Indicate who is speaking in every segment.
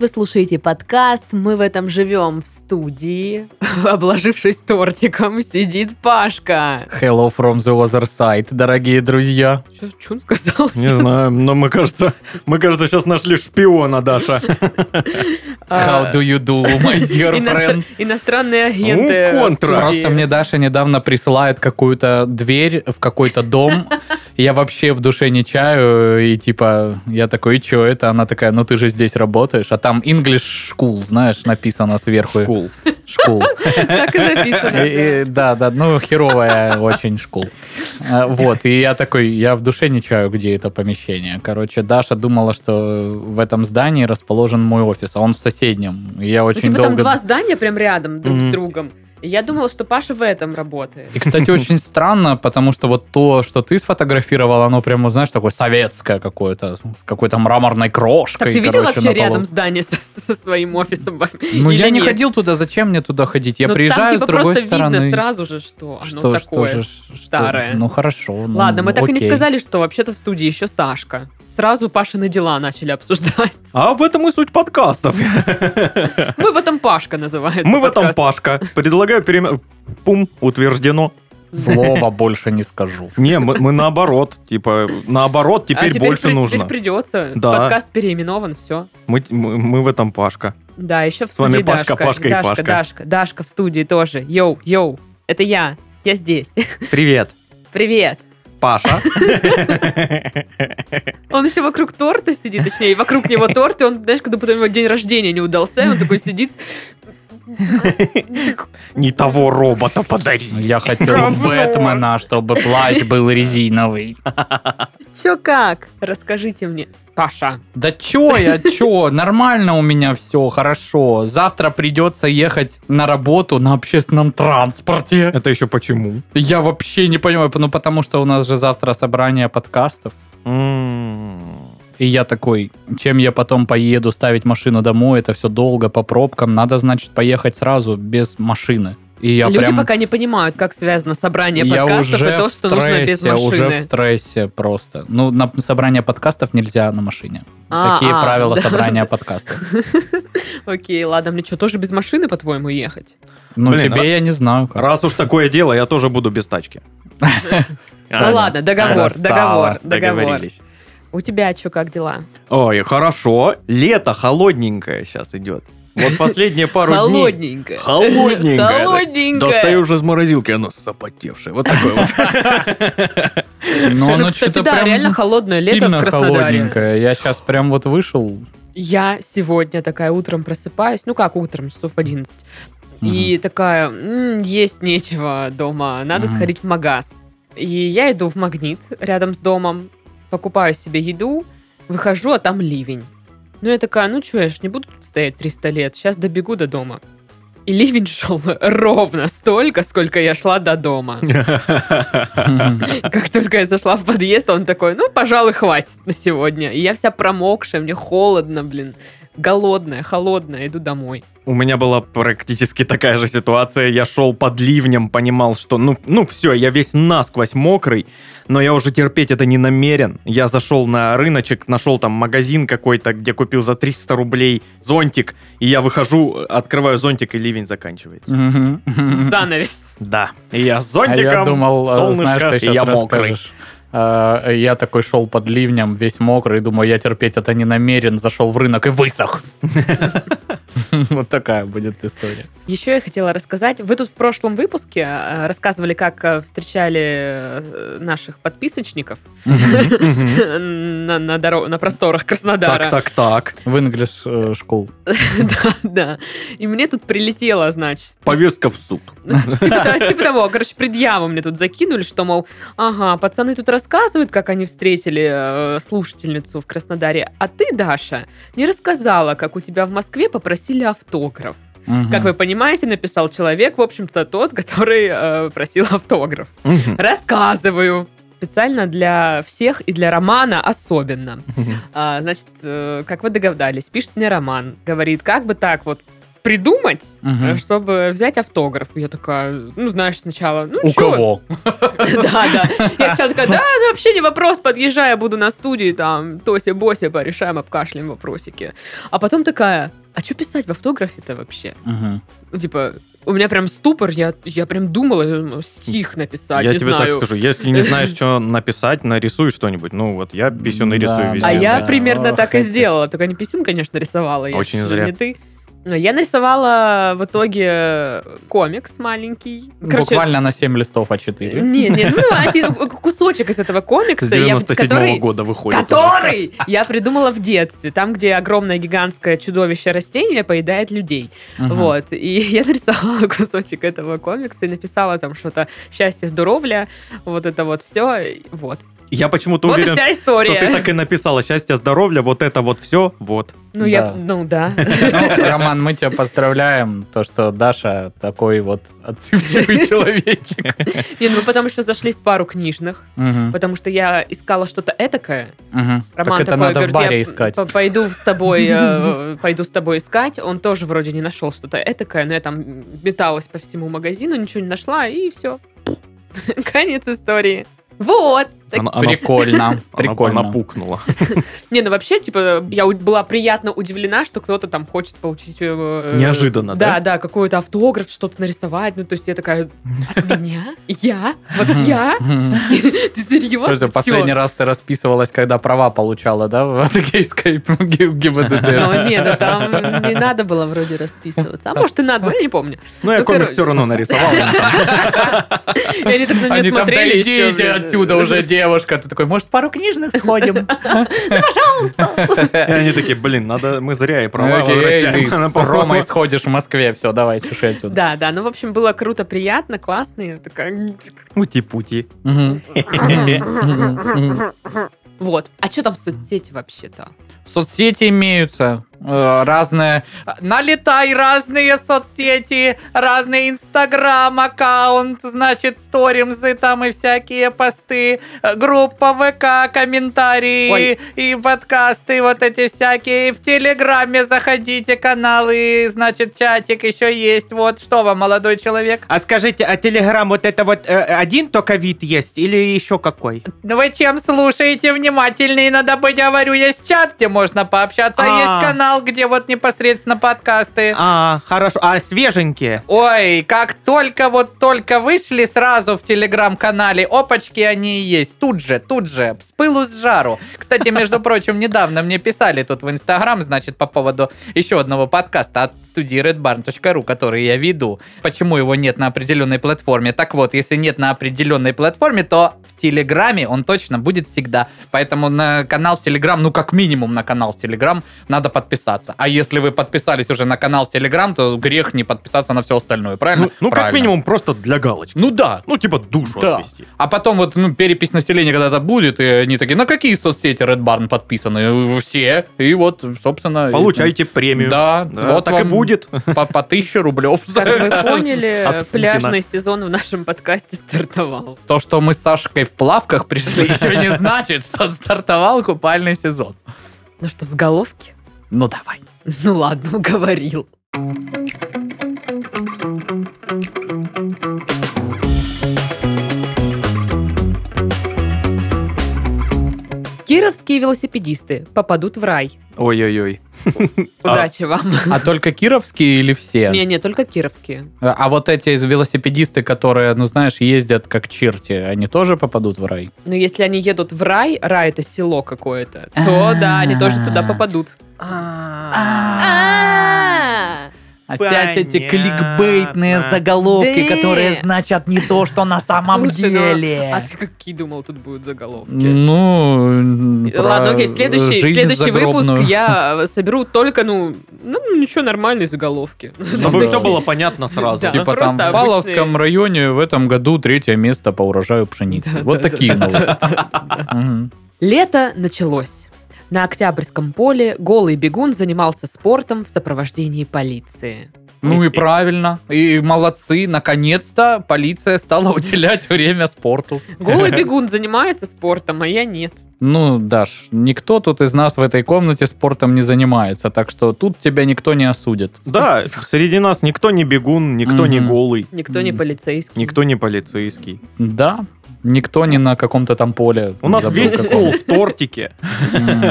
Speaker 1: вы слушаете подкаст. Мы в этом живем в студии. Обложившись тортиком, сидит Пашка.
Speaker 2: Hello from the other side, дорогие друзья.
Speaker 1: Что, он сказал?
Speaker 3: Не знаю, но мы, кажется, мы, кажется, сейчас нашли шпиона, Даша.
Speaker 1: А,
Speaker 2: How do you do, my dear
Speaker 1: иностран-
Speaker 2: friend?
Speaker 1: А, Иностранные агенты.
Speaker 3: Ну,
Speaker 1: в
Speaker 3: контра.
Speaker 1: студии.
Speaker 2: Просто мне Даша недавно присылает какую-то дверь в какой-то дом. Я вообще в душе не чаю, и типа, я такой, и чё это? Она такая, ну ты же здесь работаешь, а там English School, знаешь, написано сверху.
Speaker 3: Шкул.
Speaker 2: Школ.
Speaker 1: Так и записано.
Speaker 2: И- и- Да, да, ну херовая очень школ. А, Вот, и я такой, я в душе не чаю, где это помещение. Короче, Даша думала, что в этом здании расположен мой офис, а он в соседнем. И я
Speaker 1: Ну,
Speaker 2: очень
Speaker 1: типа там два
Speaker 2: долго...
Speaker 1: здания прям рядом друг с
Speaker 3: Мгм.
Speaker 1: другом. И я думала, что Паша в этом работает.
Speaker 2: И, кстати, очень странно, потому что вот то, что ты сфотографировал, оно прямо, знаешь, такое советское какое-то, с какой-то мраморной
Speaker 1: Так
Speaker 2: крошкой.
Speaker 1: ты видел
Speaker 2: короче,
Speaker 1: вообще
Speaker 2: на полу.
Speaker 1: рядом здание со, со своим офисом?
Speaker 2: Ну,
Speaker 1: Или
Speaker 2: я не
Speaker 1: нет?
Speaker 2: ходил туда, зачем мне туда ходить? Я
Speaker 1: Ну, там,
Speaker 2: приезжаю
Speaker 1: типа,
Speaker 2: с другой
Speaker 1: просто
Speaker 2: стороны.
Speaker 1: видно сразу же, что оно
Speaker 2: Что- что
Speaker 1: такое.
Speaker 2: же, что-
Speaker 1: старое.
Speaker 2: Ну, хорошо. ну,
Speaker 1: Ладно, мы так и не
Speaker 2: окей.
Speaker 1: сказали, что вообще-то в студии еще Сашка. Сразу Пашины дела начали обсуждать.
Speaker 3: А в этом и суть подкастов.
Speaker 1: Мы в этом Пашка называется.
Speaker 3: Мы в этом
Speaker 1: подкаст.
Speaker 3: Пашка. Предлагаю перемен... Пум, утверждено.
Speaker 2: Слова больше не скажу.
Speaker 3: Не, мы, мы наоборот. Типа, наоборот,
Speaker 1: А
Speaker 3: теперь, больше
Speaker 1: при-
Speaker 3: нужно.
Speaker 1: Теперь придется.
Speaker 3: Да.
Speaker 1: Подкаст переименован, все.
Speaker 3: Мы, мы, мы в этом Пашка.
Speaker 1: Да, еще в
Speaker 3: С вами
Speaker 1: студии
Speaker 3: Пашка,
Speaker 1: Дашка.
Speaker 3: Пашка и
Speaker 1: Дашка,
Speaker 3: Пашка.
Speaker 1: Дашка, Дашка в студии тоже. Йоу, йоу, это я. Я здесь.
Speaker 3: Привет,
Speaker 1: Привет.
Speaker 3: Паша.
Speaker 1: Он еще вокруг торта сидит, точнее, и вокруг него торт, и он, знаешь, когда потом его день рождения не удался, и он такой сидит.
Speaker 3: Не того робота подари.
Speaker 2: Я хотел
Speaker 1: Говно.
Speaker 2: Бэтмена, чтобы плащ был резиновый.
Speaker 1: Че как? Расскажите мне. Паша.
Speaker 2: Да чё я, чё, нормально у меня все, хорошо. Завтра придется ехать на работу на общественном транспорте.
Speaker 3: Это еще почему?
Speaker 2: Я вообще не понимаю, ну потому что у нас же завтра собрание подкастов.
Speaker 3: М.
Speaker 2: И я такой, чем я потом поеду ставить машину домой, это все долго, по пробкам, надо, значит, поехать сразу без машины. И я
Speaker 1: Люди
Speaker 2: прям...
Speaker 1: пока не понимают, как связано собрание
Speaker 2: я
Speaker 1: подкастов
Speaker 2: уже
Speaker 1: и то,
Speaker 2: в
Speaker 1: что нужно без
Speaker 2: стрессе, уже в
Speaker 1: машины.
Speaker 2: стрессе просто. Ну, на собрание подкастов нельзя на машине.
Speaker 1: А,
Speaker 2: Такие
Speaker 1: а,
Speaker 2: правила
Speaker 1: да.
Speaker 2: собрания подкастов.
Speaker 1: Окей, ладно, мне что, тоже без машины, по-твоему, ехать?
Speaker 2: Ну,
Speaker 3: Блин, а
Speaker 2: тебе
Speaker 3: ра-
Speaker 2: я не знаю. как.
Speaker 3: Раз уж такое дело, я тоже буду без тачки. А,
Speaker 1: Ну ладно, договор, договор,
Speaker 2: Красава,
Speaker 1: договор. У тебя что, как дела?
Speaker 3: Ой, хорошо. Лето холодненькое сейчас идет. Вот последние пару дней.
Speaker 1: Холодненько.
Speaker 3: Холодненько.
Speaker 1: Холодненько.
Speaker 3: Достаешь из морозилки, оно запотевшее. Вот такое вот.
Speaker 2: Но
Speaker 1: Ну,
Speaker 2: оно
Speaker 1: кстати,
Speaker 2: что-то
Speaker 1: да,
Speaker 2: прям
Speaker 1: реально холодное лето в
Speaker 2: сильно
Speaker 1: Краснодаре.
Speaker 2: холодненькое. Я сейчас прям вот вышел.
Speaker 1: Я сегодня такая утром просыпаюсь, ну как утром, часов в 11. И такая, «М, есть нечего дома, надо
Speaker 2: Мгм.
Speaker 1: сходить в магаз. И я иду в магнит рядом с домом, покупаю себе еду, выхожу, а там ливень. Ну я такая, ну что, я ж не буду тут стоять 300 лет, сейчас добегу до дома. И ливень шел ровно столько, сколько я шла до дома.
Speaker 2: Мгм.
Speaker 1: Как только я зашла в подъезд, он такой, ну, пожалуй, хватит на сегодня. И я вся промокшая, мне холодно, блин. Голодная, холодная, иду домой.
Speaker 3: У меня была практически такая же ситуация. Я шел под ливнем, понимал, что ну, ну все, я весь насквозь мокрый, но я уже терпеть это не намерен. Я зашел на рыночек, нашел там магазин какой-то, где купил за 300 рублей зонтик, и я выхожу, открываю зонтик, и ливень заканчивается.
Speaker 2: Мгм.
Speaker 1: Занавес.
Speaker 3: Да. И я с
Speaker 2: А
Speaker 3: зонтиком,
Speaker 2: я думал, э,
Speaker 3: солнышко,
Speaker 2: знаешь, ты
Speaker 3: и я
Speaker 2: сейчас
Speaker 3: мокрый.
Speaker 2: расскажешь. Э, Я такой шел под ливнем, весь мокрый, думаю, я терпеть это не намерен, зашел в рынок и высох. Вот такая будет история.
Speaker 1: Еще я хотела рассказать. Вы тут в прошлом выпуске э, рассказывали, как э, встречали э, наших подписочников
Speaker 3: Мгм.
Speaker 1: на, на доро- на просторах Краснодара.
Speaker 3: Так, так, так.
Speaker 2: В English э, школ.
Speaker 1: Да, да. И мне тут прилетело, значит.
Speaker 3: Повестка в суд.
Speaker 1: Ну, Типа того- типа того, короче, предъяву мне тут закинули, что, мол, ага, пацаны тут рассказывают, как они встретили э, слушательницу в Краснодаре, а ты, Даша, не рассказала, как у тебя в Москве попросили автограф. Как вы понимаете, написал человек, в общем-то, тот, который э, просил автограф.
Speaker 3: Мгм.
Speaker 1: Рассказываю. Специально для всех и для Романа особенно. А, значит, э, как вы догадались, пишет мне Роман. Говорит, как бы так вот придумать,
Speaker 2: Мгм.
Speaker 1: э, чтобы взять автограф. И Я такая, ну, знаешь, сначала... Ну,
Speaker 2: У
Speaker 1: чё?
Speaker 2: кого?
Speaker 1: Да, да. Я сначала такая, да, да, вообще не вопрос, подъезжай, я буду на студии, там, Тося-Бося, порешаем, обкашляем вопросики. А потом такая, а что писать в автографе-то вообще?
Speaker 2: Мгм.
Speaker 1: Ну, типа, у меня прям ступор, я, я прям думала, я думаю, стих написать,
Speaker 3: я
Speaker 1: не
Speaker 3: тебе
Speaker 1: знаю.
Speaker 3: так скажу, если не знаешь, что написать, нарисуй что-нибудь. Ну вот, я писю нарисую
Speaker 2: Да,
Speaker 3: везде.
Speaker 1: А я
Speaker 2: Да.
Speaker 1: примерно
Speaker 2: Ох,
Speaker 1: так и
Speaker 2: капец.
Speaker 1: сделала. Только не писюн, конечно, рисовала. я,
Speaker 3: Очень
Speaker 1: чё,
Speaker 3: зря.
Speaker 1: Не ты. Но я нарисовала в итоге э, комикс маленький.
Speaker 3: Ну,
Speaker 2: Буквально на 7 листов А А4.
Speaker 1: Не, не, ну, один кусочек из этого комикса,
Speaker 3: С
Speaker 1: я,
Speaker 3: 97
Speaker 1: который,
Speaker 3: года выходит. уже.
Speaker 1: который я придумала в детстве, там, где огромное гигантское чудовище растение поедает людей.
Speaker 2: Мгм.
Speaker 1: Вот. И я нарисовала кусочек этого комикса и написала там что-то «Счастье, здоровье», вот это вот все. Вот.
Speaker 3: Я почему-то
Speaker 1: вот и
Speaker 3: уверен,
Speaker 1: вся
Speaker 3: что
Speaker 1: история.
Speaker 3: ты так и написала. Счастья, здоровья, вот это вот все, вот.
Speaker 1: Ну, я,
Speaker 2: Да.
Speaker 1: ну да.
Speaker 2: Ну, Роман, мы тебя поздравляем, то, что Даша такой вот отзывчивый человечек.
Speaker 1: Не, ну мы потом еще зашли в пару книжных,
Speaker 2: Мгм.
Speaker 1: потому что я искала что-то этакое.
Speaker 2: Мгм.
Speaker 1: Роман
Speaker 2: Так это
Speaker 1: такой
Speaker 2: надо в
Speaker 1: говорит,
Speaker 2: баре
Speaker 1: я
Speaker 2: искать.
Speaker 1: по- пойду с тобой, э, пойду с тобой искать. Он тоже вроде не нашел что-то этакое, но я там металась по всему магазину, ничего не нашла, и все. Конец истории. Вот. Так-
Speaker 3: Она- она-
Speaker 2: Прикольно,
Speaker 3: она- Она
Speaker 2: прикольно.
Speaker 3: пукнула.
Speaker 1: Не, ну вообще, типа, я у- была приятно удивлена, что кто-то там хочет получить... э,
Speaker 3: Неожиданно, да?
Speaker 1: Да, да, какой-то автограф, что-то нарисовать. Ну, то есть я такая, от меня? Я? Вот
Speaker 2: Мгм.
Speaker 1: я?
Speaker 2: Мгм.
Speaker 1: Ты серьезно?
Speaker 2: Слушай,
Speaker 1: Чё?
Speaker 2: последний раз ты расписывалась, когда права получала, да, в адыгейской ГИ- ГИБДД?
Speaker 1: Ну, нет, ну там не надо было вроде расписываться. А может, и надо, я не помню.
Speaker 3: Ну, я
Speaker 1: Ну,
Speaker 3: комик
Speaker 1: короче.
Speaker 3: все равно нарисовал.
Speaker 1: И они так на меня
Speaker 2: Они там, да
Speaker 1: Ну, смотрели еще.
Speaker 2: идите отсюда уже, девушка. Ты такой, может, пару книжных сходим?
Speaker 3: И они такие, блин, надо, мы зря и права
Speaker 1: Ну,
Speaker 2: Окей,
Speaker 3: возвращаем.
Speaker 2: ты
Speaker 3: Она
Speaker 2: с
Speaker 3: по-
Speaker 2: Ромой сходишь в Москве, все, давай, чеши отсюда.
Speaker 1: Да, да, ну, в общем, было круто, приятно, классно. Я такая...
Speaker 3: Ути-пути.
Speaker 2: Мгм.
Speaker 1: Вот. А что там соцсети вообще-то?
Speaker 2: Соцсети имеются э, разные. Налетай разные соцсети, разные инстаграм аккаунт, значит, сторимзы там и всякие посты, э, группа ВК, комментарии
Speaker 1: Ой.
Speaker 2: и подкасты вот эти всякие. И В Телеграме заходите, каналы, значит, чатик еще есть. Вот что вам, молодой человек?
Speaker 4: А скажите, а Телеграм вот это вот э, один только вид есть или еще какой?
Speaker 2: Ну Вы чем слушаете внимательнее, надо быть, говорю, есть чат, где можно пообщаться, а
Speaker 4: А.
Speaker 2: есть канал, где вот непосредственно подкасты.
Speaker 4: А, хорошо. А свеженькие?
Speaker 2: Ой, как только вот только вышли сразу в телеграм-канале, опачки они и есть. Тут же, тут же, с пылу с жару. Кстати, между прочим, недавно мне писали тут в инстаграм, значит, по поводу еще одного подкаста от студии redbarn.ru, который я веду. Почему его нет на определенной платформе? Так вот, если нет на определенной платформе, то в телеграме он точно будет всегда. Поэтому на канал в телеграм, ну как минимум на канал в телеграм надо подписаться. А если вы подписались уже на канал в телеграм, то грех не подписаться на все остальное, правильно?
Speaker 3: Ну, ну, как
Speaker 2: Правильно.
Speaker 3: минимум, просто для галочки.
Speaker 2: Ну да,
Speaker 3: Ну, типа душу
Speaker 2: Да.
Speaker 3: отвести.
Speaker 2: а потом вот ну, перепись населения когда-то будет, и они такие, на какие соцсети Red Barn подписаны? Все. И вот, собственно... и-
Speaker 3: Получайте премию.
Speaker 2: Да,
Speaker 3: Да,
Speaker 2: вот
Speaker 3: так и
Speaker 2: вам
Speaker 3: будет.
Speaker 2: По, по 1000 рублев.
Speaker 1: Как вы поняли,
Speaker 3: От Путина.
Speaker 1: пляжный сезон в нашем подкасте стартовал.
Speaker 2: То, что мы с Сашкой в плавках пришли, еще не значит, что стартовал купальный сезон.
Speaker 1: Ну что, с головки?
Speaker 2: Ну давай.
Speaker 1: Ну ладно, уговорил. Кировские велосипедисты попадут в рай.
Speaker 3: Ой-ой-ой. А-
Speaker 1: Удачи вам.
Speaker 2: А только кировские или все?
Speaker 1: Не-не, только кировские.
Speaker 2: А вот эти велосипедисты, которые, ну знаешь, ездят как черти, они тоже попадут в рай?
Speaker 1: Но если они едут в рай, рай это село какое-то, то да, они тоже туда попадут.
Speaker 2: Опять эти
Speaker 4: Понятно.
Speaker 2: кликбейтные заголовки,
Speaker 1: Да.
Speaker 2: которые значат не то, что на самом
Speaker 1: Слушай, ну,
Speaker 2: деле.
Speaker 1: А ты какие думал, тут будут заголовки?
Speaker 2: Ну, про
Speaker 1: Ладно, окей, в следующий, в
Speaker 2: жизнь
Speaker 1: следующий выпуск
Speaker 2: загробную.
Speaker 1: я э, соберу только, ну, ну, ничего, нормальные заголовки.
Speaker 3: Чтобы
Speaker 2: Да.
Speaker 3: все было понятно сразу.
Speaker 1: Да. ну
Speaker 2: Типа
Speaker 1: просто
Speaker 2: там в
Speaker 1: обычные.
Speaker 2: Павловском районе в этом году третье место по урожаю пшеницы.
Speaker 1: Да,
Speaker 2: вот
Speaker 1: да,
Speaker 2: такие
Speaker 1: да,
Speaker 2: новости. Мгм.
Speaker 1: Лето началось. На Октябрьском поле голый бегун занимался спортом в сопровождении полиции.
Speaker 2: Ну и правильно. И молодцы. Наконец-то полиция стала уделять время спорту.
Speaker 1: Голый бегун занимается спортом, а я нет.
Speaker 2: Ну, Даш, никто тут из нас в этой комнате спортом не занимается, так что тут тебя никто не осудит.
Speaker 3: Да, среди нас никто не бегун, никто не
Speaker 2: Мгм.
Speaker 3: голый,
Speaker 1: Никто не
Speaker 2: М.
Speaker 1: полицейский.
Speaker 3: никто не полицейский.
Speaker 2: Да, никто не на каком-то там поле.
Speaker 3: У нас
Speaker 2: забыл
Speaker 3: весь
Speaker 2: каком.
Speaker 3: стол в тортике.
Speaker 2: М.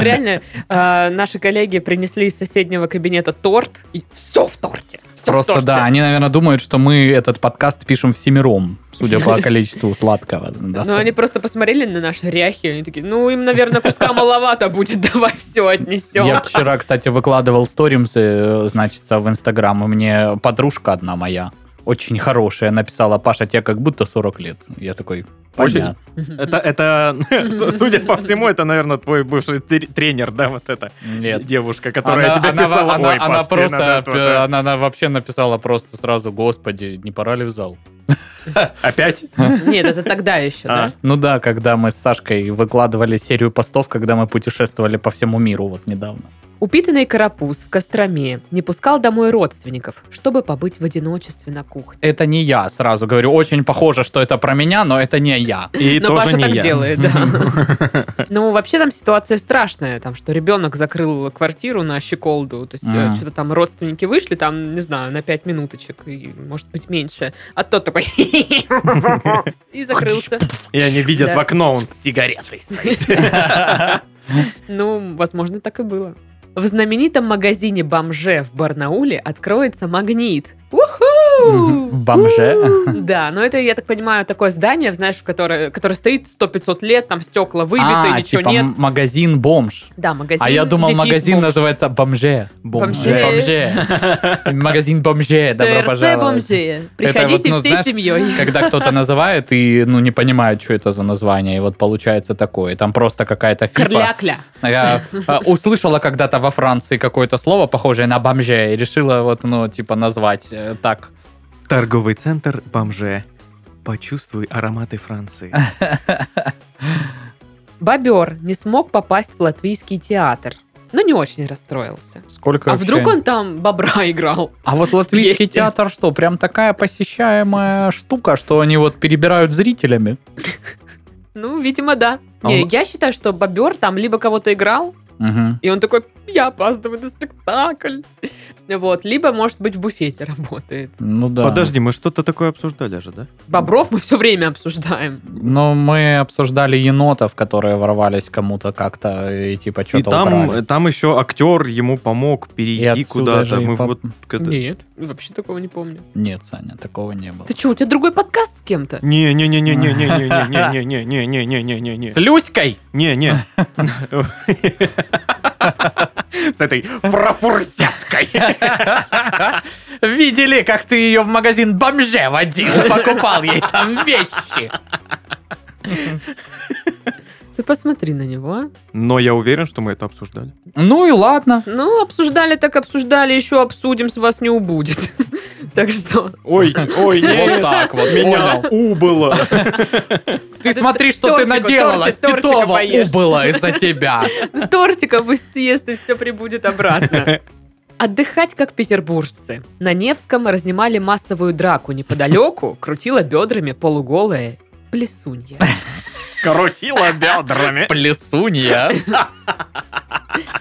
Speaker 1: Реально, э, наши коллеги принесли из соседнего кабинета торт, и все в торте. Все в
Speaker 2: Просто
Speaker 1: торте.
Speaker 2: да, они, наверное, думают, что мы этот подкаст пишем всемиром, судя по количеству сладкого.
Speaker 1: Ну, они просто посмотрели на наши ряхи, и они такие, ну, им, наверное, куска маловато будет, давай все отнесем.
Speaker 2: Я вчера, кстати, выкладывал сторимсы, э, значит, в Инстаграм, и мне подружка одна моя, очень хорошая, написала, Паша, тебе как будто 40 лет. Я такой,
Speaker 3: Очень.
Speaker 2: понятно.
Speaker 3: Это, это, с- судя по всему, это, наверное, твой бывший тр- тренер, да, вот эта
Speaker 2: Нет.
Speaker 3: девушка, которая тебе
Speaker 2: она,
Speaker 3: писала,
Speaker 2: она-
Speaker 3: «Ой,
Speaker 2: она
Speaker 3: Паш, тебе
Speaker 2: просто,
Speaker 3: надо
Speaker 2: э,
Speaker 3: то-то».
Speaker 2: она, она вообще написала просто сразу, господи, не пора ли в зал?
Speaker 3: Опять?
Speaker 1: Нет, это тогда еще,
Speaker 3: А.
Speaker 1: да?
Speaker 2: Ну да, когда мы с Сашкой выкладывали серию постов, когда мы путешествовали по всему миру вот недавно.
Speaker 1: Упитанный карапуз в Костроме не пускал домой родственников, чтобы побыть в одиночестве на кухне.
Speaker 2: Это не я, сразу говорю. Очень похоже, что это про меня, но это не я.
Speaker 3: И
Speaker 1: Но
Speaker 3: тоже
Speaker 1: Паша
Speaker 3: не
Speaker 1: так
Speaker 3: я.
Speaker 1: делает, да. Ну, вообще там ситуация страшная, там, что ребенок закрыл квартиру на щеколду, то есть э,
Speaker 2: Мгм.
Speaker 1: что-то там родственники вышли, там, не знаю, на пять минуточек, и, может быть, меньше. А тот такой и закрылся.
Speaker 3: И они видят
Speaker 1: Да.
Speaker 3: в окно, он с сигаретой.
Speaker 1: Ну, возможно, так и было. В знаменитом магазине «Бомже» в Барнауле откроется магнит. Уху!
Speaker 2: Бомже?
Speaker 1: У-у! Да, но это, я так понимаю, такое здание, знаешь, в которое, которое стоит 100-500 лет, там стекла выбиты,
Speaker 2: А,
Speaker 1: ничего
Speaker 2: типа
Speaker 1: нет.
Speaker 2: м- магазин бомж.
Speaker 1: Да, магазин.
Speaker 2: А я думал,
Speaker 1: дефис,
Speaker 2: магазин
Speaker 1: бомж.
Speaker 2: называется бомже.
Speaker 1: Бомже.
Speaker 2: Бомже. Магазин бомже. Добро
Speaker 1: ТРЦ
Speaker 2: пожаловать.
Speaker 1: «Бомже».
Speaker 2: Это
Speaker 1: Приходите
Speaker 2: вот, ну,
Speaker 1: всей
Speaker 2: знаешь,
Speaker 1: семьей.
Speaker 2: Когда кто-то называет и ну не понимает, что это за название, и вот получается такое. Там просто какая-то фифа.
Speaker 1: Корля-кля.
Speaker 2: Я э, услышала когда-то во Франции какое-то слово, похожее на бомже, и решила вот, ну, типа, назвать э, так.
Speaker 3: Торговый центр «Бомже». Почувствуй ароматы Франции.
Speaker 1: Бобер не смог попасть в латвийский театр, но не очень расстроился.
Speaker 2: Сколько
Speaker 1: А
Speaker 2: вообще-
Speaker 1: вдруг он там бобра играл?
Speaker 2: А вот латвийский
Speaker 1: Есть.
Speaker 2: театр что, прям такая посещаемая штука, что они вот перебирают зрителями?
Speaker 1: Ну, видимо, да.
Speaker 2: А
Speaker 1: Не,
Speaker 2: он-
Speaker 1: я считаю, что бобер там либо кого-то играл,
Speaker 2: Мгм.
Speaker 1: и он такой, я опаздываю на спектакль. Вот, либо, может быть, в буфете работает.
Speaker 2: Ну да.
Speaker 3: Подожди, мы что-то такое обсуждали же, да?
Speaker 1: Бобров мы все время обсуждаем.
Speaker 2: Но мы обсуждали енотов, которые ворвались кому-то как-то и типа
Speaker 3: И
Speaker 2: что-то убрали.
Speaker 3: там, там еще актер ему помог перейти
Speaker 2: отсюда
Speaker 3: куда-то.
Speaker 2: же и
Speaker 3: Мы
Speaker 2: поп-
Speaker 3: вот к это-
Speaker 1: Нет, вообще такого не помню.
Speaker 2: Нет, Саня, такого не было.
Speaker 1: Ты что, у тебя другой подкаст с кем-то?
Speaker 3: не не не не не не не не не не не не не не не
Speaker 2: С Люськой?
Speaker 3: не не С этой профурсяткой.
Speaker 2: Видели, как ты ее в магазин бомже водил, покупал ей там вещи.
Speaker 1: Ты посмотри на него, а.
Speaker 3: Но я уверен, что мы это обсуждали.
Speaker 2: Ну и ладно.
Speaker 1: Ну, обсуждали так обсуждали, еще обсудим, с вас не убудет. Так что...
Speaker 3: Ой, ой,
Speaker 2: Вот так вот,
Speaker 3: Меня
Speaker 2: понял.
Speaker 3: убыло.
Speaker 2: Ты
Speaker 1: А ты
Speaker 2: смотри, что ты
Speaker 1: тортику,
Speaker 2: наделала.
Speaker 1: тортик, тортика
Speaker 2: Титова
Speaker 1: поешь.
Speaker 2: убыло из-за тебя.
Speaker 1: Ну, Тортика пусть съест, и все прибудет обратно. Отдыхать, как петербуржцы. На Невском разнимали массовую драку неподалеку, крутила бедрами полуголая плесунья.
Speaker 3: Крутила бедрами.
Speaker 2: Плесунья.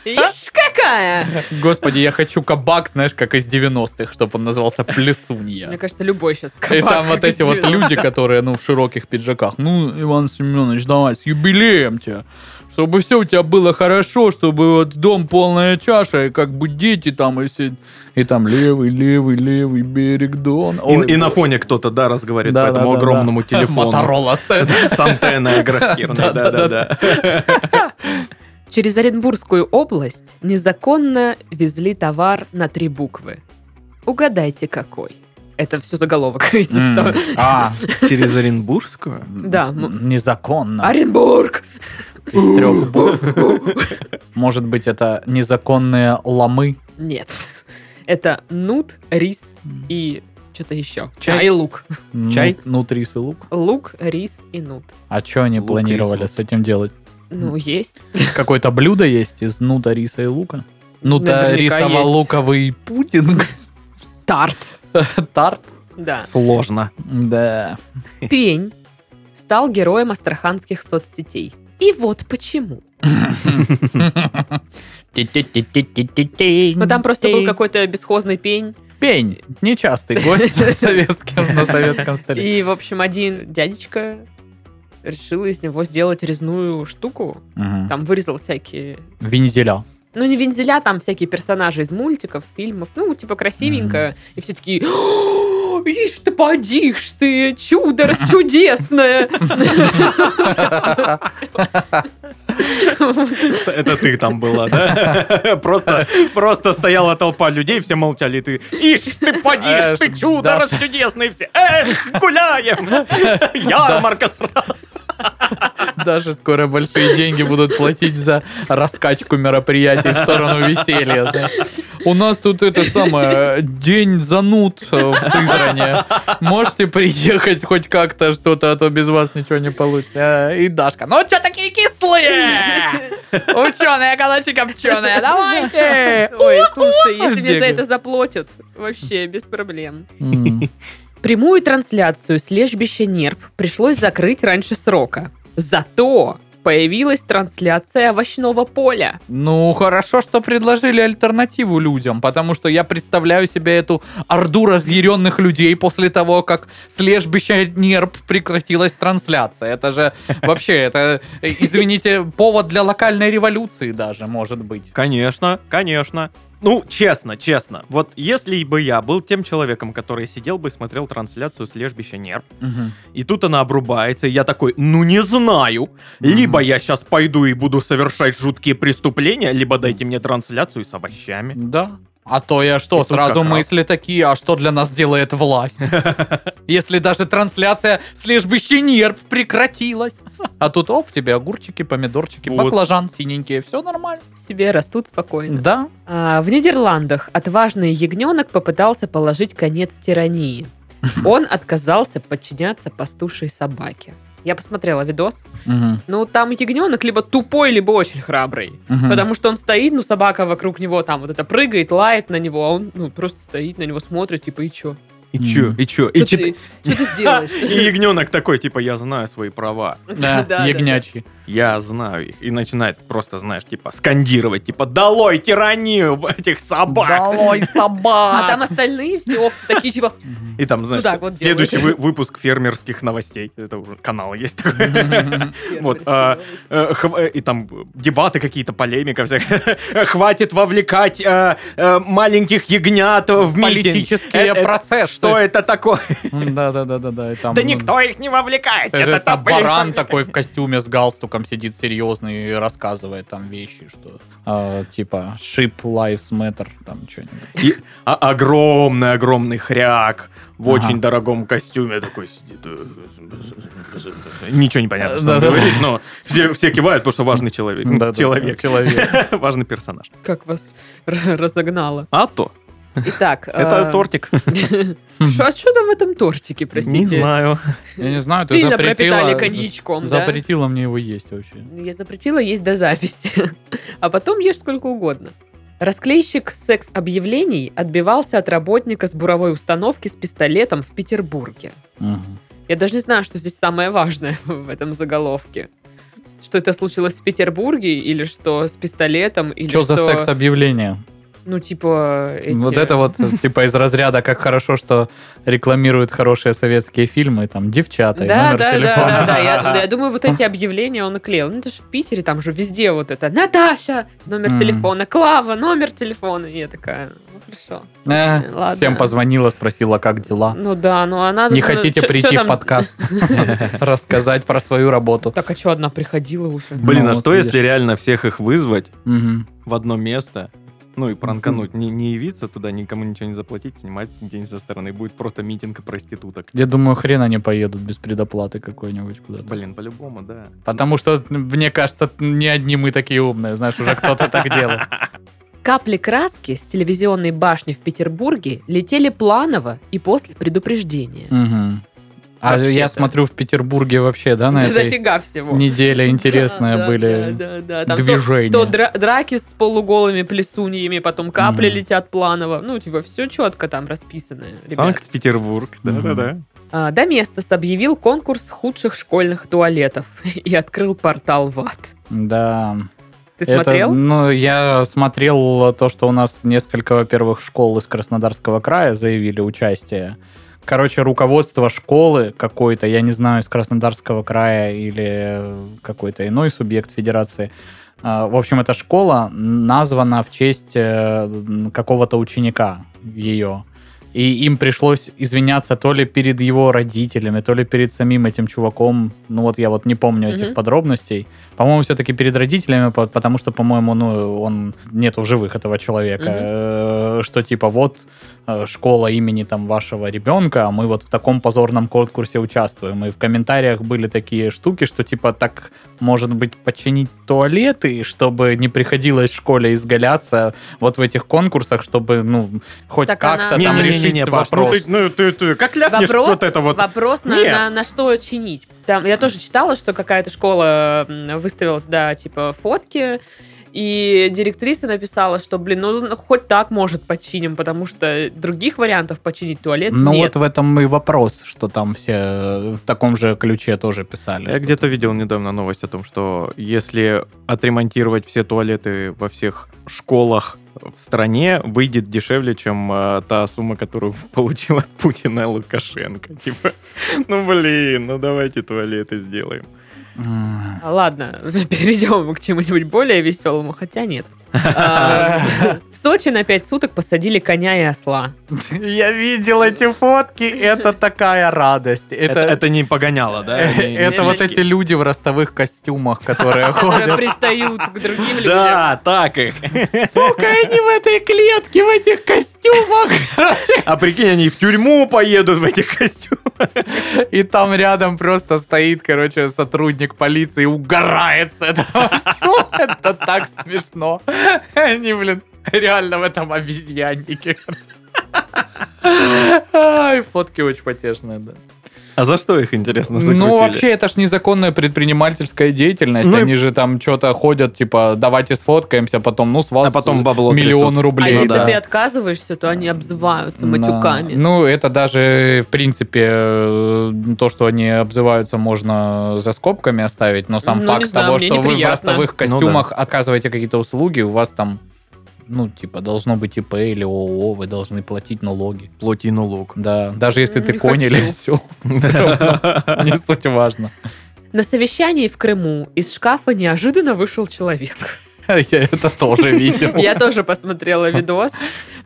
Speaker 1: Ишь какая!
Speaker 2: Господи, я хочу кабак, знаешь, как из 90-х, чтобы он назывался
Speaker 1: Мне
Speaker 2: Плесунья.
Speaker 1: кажется, любой сейчас
Speaker 2: И там вот эти вот люди, которые, ну, в широких пиджаках. Ну, Иван Семенович, давай, с юбилеем тебя. Чтобы все у тебя было хорошо, чтобы вот дом полная чаша, и как бы дети там, и все... И там левый, левый, левый берег Дона. Ой, ну,
Speaker 3: И, и на
Speaker 2: боже.
Speaker 3: фоне кто-то, да, разговаривает
Speaker 2: Да,
Speaker 3: по этому
Speaker 2: да, да,
Speaker 3: огромному
Speaker 2: да.
Speaker 3: телефону.
Speaker 2: Моторола стоит.
Speaker 3: С антенной агрохирной,
Speaker 2: Да, да, да.
Speaker 3: да-да-да.
Speaker 1: Через Оренбургскую область незаконно везли товар на три буквы. Угадайте, какой. Это все заголовок, если что.
Speaker 2: М, А,
Speaker 3: Через Оренбургскую?
Speaker 1: Да, м-
Speaker 2: Незаконно.
Speaker 1: Оренбург!
Speaker 2: Из трех букв. Может быть, это незаконные ломы?
Speaker 1: Нет. Это нут, рис и что-то еще.
Speaker 3: Чай.
Speaker 1: А, и лук.
Speaker 2: Ну,
Speaker 3: Чай?
Speaker 2: Ну, трис и лук.
Speaker 1: Лук, рис и нут.
Speaker 2: А что они
Speaker 3: Лук,
Speaker 2: планировали
Speaker 3: рис, лук.
Speaker 2: с этим делать?
Speaker 1: Ну, есть.
Speaker 2: Какое-то блюдо есть из нута, риса и лука? Нута,
Speaker 1: Наверняка
Speaker 2: рисово
Speaker 1: есть.
Speaker 2: луковый пудинг?
Speaker 1: Тарт.
Speaker 2: Тарт?
Speaker 1: Да.
Speaker 3: Сложно.
Speaker 2: Да.
Speaker 1: Пень стал героем астраханских соцсетей. И вот почему. Но
Speaker 2: Но
Speaker 1: Ну, там просто был какой-то бесхозный пень.
Speaker 2: Пень, нечастый гость на советском, на советском столе.
Speaker 1: И, в общем, один дядечка решил из него сделать резную штуку.
Speaker 2: Мгм.
Speaker 1: Там вырезал всякие...
Speaker 2: Вензеля.
Speaker 1: Ну, не вензеля, там всякие персонажи из мультиков, фильмов. Ну, типа, красивенько. И все такие... «О, Ишь ты, подишь ты, чудо расчудесное.
Speaker 3: Это ты там была, да? Просто, просто стояла толпа людей, все молчали, и ты «Ишь, ты
Speaker 2: Эх,
Speaker 3: подишь, ты чудо
Speaker 2: Даша.
Speaker 3: расчудесный!» Все «Эх, гуляем!» Ярмарка сразу.
Speaker 2: Даже скоро большие деньги будут платить за раскачку мероприятий в сторону веселья. да. У нас тут это самое, день зануд э, в Сызране. Можете приехать хоть как-то что-то, а то без вас ничего не получится. А, И Дашка, ну что такие кислые? Ученые, калачи копченые, давайте!
Speaker 1: Ой, слушай, если мне за
Speaker 2: Бегаю.
Speaker 1: это заплатят, вообще без проблем.
Speaker 2: М,
Speaker 1: Прямую трансляцию с лежбища нерв пришлось закрыть раньше срока. Зато появилась трансляция овощного поля.
Speaker 2: Ну, хорошо, что предложили альтернативу людям, потому что я представляю себе эту орду разъяренных людей после того, как с лежбища нерп прекратилась трансляция. Это же вообще, это, э, извините, повод для локальной революции даже, может быть.
Speaker 3: Конечно, конечно. Ну, честно, честно. Вот если бы я был тем человеком, который сидел бы и смотрел трансляцию с лежбища нерв,
Speaker 2: Мгм.
Speaker 3: и тут она обрубается, и я такой, ну не знаю. Либо я сейчас пойду и буду совершать жуткие преступления, либо дайте мне трансляцию с овощами.
Speaker 2: Да. А то я что,
Speaker 3: И тут
Speaker 2: сразу
Speaker 3: как раз.
Speaker 2: мысли такие, а что для нас делает власть? Если даже трансляция с лежбища нерп прекратилась. А тут, оп, тебе огурчики, помидорчики,
Speaker 3: Вот.
Speaker 2: баклажан синенькие, все нормально.
Speaker 1: Себе растут спокойно.
Speaker 2: Да.
Speaker 1: А, в Нидерландах отважный ягненок попытался положить конец тирании. Он отказался подчиняться пастушей собаке. Я посмотрела видос. Ну, там ягненок либо тупой, либо очень храбрый.
Speaker 3: Хм.
Speaker 1: Потому что он стоит, ну, собака вокруг него там вот это прыгает, лает на него, а он, ну, просто стоит на него, смотрит, типа, и чё?
Speaker 3: И чё,
Speaker 2: Мгм.
Speaker 3: и чё, и
Speaker 1: Что
Speaker 3: чё-
Speaker 1: ты, чё ты
Speaker 3: И
Speaker 1: сделаешь?
Speaker 3: ягненок такой, типа, я знаю свои права,
Speaker 2: Да, ягнячий.
Speaker 3: я знаю их. И начинает просто, знаешь, типа, скандировать, типа, долой тиранию этих собак.
Speaker 2: Долой
Speaker 1: А там
Speaker 2: собак!
Speaker 1: остальные все овцы такие, типа,
Speaker 2: Мгм.
Speaker 3: И там, знаешь,
Speaker 1: Ну так вот
Speaker 3: следующий
Speaker 1: делают.
Speaker 3: вы- выпуск фермерских новостей. Это уже канал есть такой. Вот, а, Э, хв- э, И там э, дебаты какие-то, полемика всякая. Хватит вовлекать э, э, маленьких ягнят в митинг.
Speaker 2: Политические
Speaker 3: Э, э,
Speaker 2: процессы.
Speaker 3: Что это такое?
Speaker 2: Да-да-да-да.
Speaker 3: Да никто их не вовлекает.
Speaker 2: ну, Это
Speaker 3: там, блин,
Speaker 2: баран такой в костюме с галстуком сидит серьезный и рассказывает там вещи, что э, типа ship lives matter, там что-нибудь.
Speaker 3: И о- огромный-огромный хряк в
Speaker 2: Ага.
Speaker 3: очень дорогом костюме такой сидит. Ничего не понятно, что он
Speaker 2: Да-да-да.
Speaker 3: говорит, но все, все кивают, потому что важный человек. Ну, Человек.
Speaker 2: Человек.
Speaker 3: Важный персонаж.
Speaker 1: Как вас р- разогнало.
Speaker 3: А то.
Speaker 1: Итак.
Speaker 3: Это
Speaker 1: а,
Speaker 3: тортик.
Speaker 1: шо- А что там в этом тортике, простите?
Speaker 3: Не знаю.
Speaker 2: Я не знаю, А, ты
Speaker 1: Сильно
Speaker 2: запретила-
Speaker 1: пропитали коньячком, да?
Speaker 2: Запретила мне его есть вообще.
Speaker 1: Я запретила есть до записи. А потом ешь сколько угодно. Расклейщик секс-объявлений отбивался от работника с буровой установки с пистолетом в Петербурге.
Speaker 2: Мгм.
Speaker 1: Я даже не знаю, что здесь самое важное в этом заголовке. Что это случилось в Петербурге, или что с пистолетом, или
Speaker 2: Чё
Speaker 1: что...
Speaker 2: за секс-объявление?
Speaker 1: Ну, типа... эти-
Speaker 2: Вот это вот, э, типа, из разряда, как хорошо, что рекламируют хорошие советские фильмы, там, девчата, и
Speaker 1: Да,
Speaker 2: номер
Speaker 1: да, да,
Speaker 2: телефона.
Speaker 1: да, да. Я, да, я думаю, вот эти объявления он наклеил. Ну, это же в Питере, там же везде вот это. Наташа, номер
Speaker 2: Мгм.
Speaker 1: телефона. Клава, номер телефона. И я такая, ну, хорошо.
Speaker 2: Э,
Speaker 1: Ладно.
Speaker 2: Всем позвонила, спросила, как дела.
Speaker 1: Ну, да, ну, она...
Speaker 2: А. Не
Speaker 1: ну,
Speaker 2: хотите
Speaker 1: чё- чё
Speaker 2: прийти в
Speaker 1: там-
Speaker 2: подкаст, рассказать про свою работу?
Speaker 1: Так, а что, одна приходила уже?
Speaker 3: Блин,
Speaker 2: Ну,
Speaker 3: а
Speaker 2: вот
Speaker 3: что, если
Speaker 2: видишь.
Speaker 3: реально всех их вызвать
Speaker 2: Мгм.
Speaker 3: в одно место, ну и пранкануть, не, не явиться туда, никому ничего не заплатить, снимать день со стороны, будет просто митинг проституток.
Speaker 2: Я думаю, хрен они поедут без предоплаты какой-нибудь куда-то.
Speaker 3: Блин, по-любому, да.
Speaker 2: Потому что, мне кажется, не одни мы такие умные, знаешь, уже кто-то так делает.
Speaker 1: Капли краски с телевизионной башни в Петербурге летели планово и после предупреждения.
Speaker 2: Мгм. А
Speaker 1: Вообще-то.
Speaker 2: я смотрю, в Петербурге вообще, да, на
Speaker 1: Да
Speaker 2: этой
Speaker 1: дофига всего.
Speaker 2: неделе
Speaker 1: Да,
Speaker 2: интересные
Speaker 1: да,
Speaker 2: были
Speaker 1: да, да, да. Там то-
Speaker 2: движения.
Speaker 1: То дра- драки с полуголыми плесуньями, потом капли
Speaker 2: Мгм.
Speaker 1: летят планово. Ну, типа, все четко там расписано. ребят.
Speaker 3: Санкт-Петербург,
Speaker 2: Мгм.
Speaker 3: да-да-да.
Speaker 1: А, Доместос объявил конкурс худших школьных туалетов и открыл портал в ад.
Speaker 2: Да.
Speaker 1: Ты
Speaker 2: Это,
Speaker 1: смотрел?
Speaker 2: ну, я смотрел то, что у нас несколько, во-первых, школ из Краснодарского края заявили участие. Короче, руководство школы какой-то, я не знаю, из Краснодарского края или какой-то иной субъект федерации. А, В общем, эта школа названа в честь э, какого-то ученика ее. И им пришлось извиняться то ли перед его родителями, то ли перед самим этим чуваком. Ну вот я вот не помню этих
Speaker 1: Мгм.
Speaker 2: подробностей. По-моему, все-таки перед родителями, по- потому что, по-моему, ну, он нету в живых этого человека.
Speaker 1: Мгм.
Speaker 2: Э, Что типа вот э, школа имени там вашего ребенка, а мы вот в таком позорном конкурсе участвуем. И в комментариях были такие штуки, что типа так, может быть, починить туалеты, чтобы не приходилось в школе изгаляться вот в этих конкурсах, чтобы, ну, хоть
Speaker 1: Так
Speaker 2: как-то
Speaker 1: она-
Speaker 2: там
Speaker 1: Не-не-не-не,
Speaker 2: решить
Speaker 3: Паш, ну
Speaker 2: вопрос.
Speaker 3: ты- ну ты, ты как ляпнешь
Speaker 1: Вопрос,
Speaker 3: вот это вот?
Speaker 1: вопрос на,
Speaker 3: Нет.
Speaker 1: на- на что чинить. Там, я тоже читала, что какая-то школа м, выставила туда, типа, фотки, и директриса написала, что, блин, ну хоть так, может, починим, потому что других вариантов починить туалет
Speaker 2: Ну
Speaker 1: нет.
Speaker 2: вот в этом и вопрос, что там все э, в таком же ключе тоже писали.
Speaker 1: Э,
Speaker 3: Я где-то видел недавно новость о том, что если отремонтировать все туалеты во всех школах в стране, выйдет дешевле, чем э, та сумма, которую получила от Путина Лукашенко. Типа, ну блин, ну давайте туалеты сделаем.
Speaker 2: М.
Speaker 1: А, Ладно, перейдем к чему-нибудь более веселому, хотя нет. А, В Сочи на пять суток посадили коня и осла.
Speaker 2: Я видел эти фотки, это такая радость.
Speaker 3: Это,
Speaker 2: Это,
Speaker 3: не погоняло, да?
Speaker 2: Э, Это вот эти люди в ростовых костюмах, которые
Speaker 1: Которые
Speaker 2: ходят.
Speaker 1: пристают к другим людям.
Speaker 3: Да, так их.
Speaker 2: Сука, они в этой клетке, в этих костюмах.
Speaker 3: А прикинь, они в тюрьму поедут в этих костюмах.
Speaker 2: И там рядом просто стоит, короче, сотрудник полиции и угорает с этого всего. Это так смешно. Они, блин, реально в этом обезьяннике. Ай, фотки очень потешные, да.
Speaker 3: А за что их, интересно, закрутили?
Speaker 2: Ну, вообще, это ж незаконная предпринимательская деятельность.
Speaker 3: Ну и-
Speaker 2: Они же там что-то ходят, типа, давайте сфоткаемся, потом, ну, с вас
Speaker 3: А потом бабло
Speaker 2: миллион
Speaker 3: трясут. Ну
Speaker 1: А
Speaker 2: рублей.
Speaker 1: если
Speaker 3: да.
Speaker 1: ты отказываешься, то они обзываются
Speaker 2: Да.
Speaker 1: матюками.
Speaker 2: Ну, это даже, в принципе, э, то, что они обзываются, можно за скобками оставить, но сам
Speaker 1: Ну, не
Speaker 2: факт
Speaker 1: знаю,
Speaker 2: того,
Speaker 1: мне
Speaker 2: что вы в
Speaker 1: неприятно.
Speaker 2: ростовых
Speaker 3: Ну да.
Speaker 2: костюмах отказываете какие-то услуги, у вас там, ну, типа, должно быть ИП или ООО, вы должны платить налоги.
Speaker 3: Плоти налог.
Speaker 2: Да, даже если
Speaker 1: Ну, Не
Speaker 2: ты конь
Speaker 1: хочу.
Speaker 2: или осел, всё равно не суть важно.
Speaker 1: На совещании в Крыму из шкафа неожиданно вышел человек.
Speaker 2: Я это тоже видел.
Speaker 1: Я тоже посмотрела видос.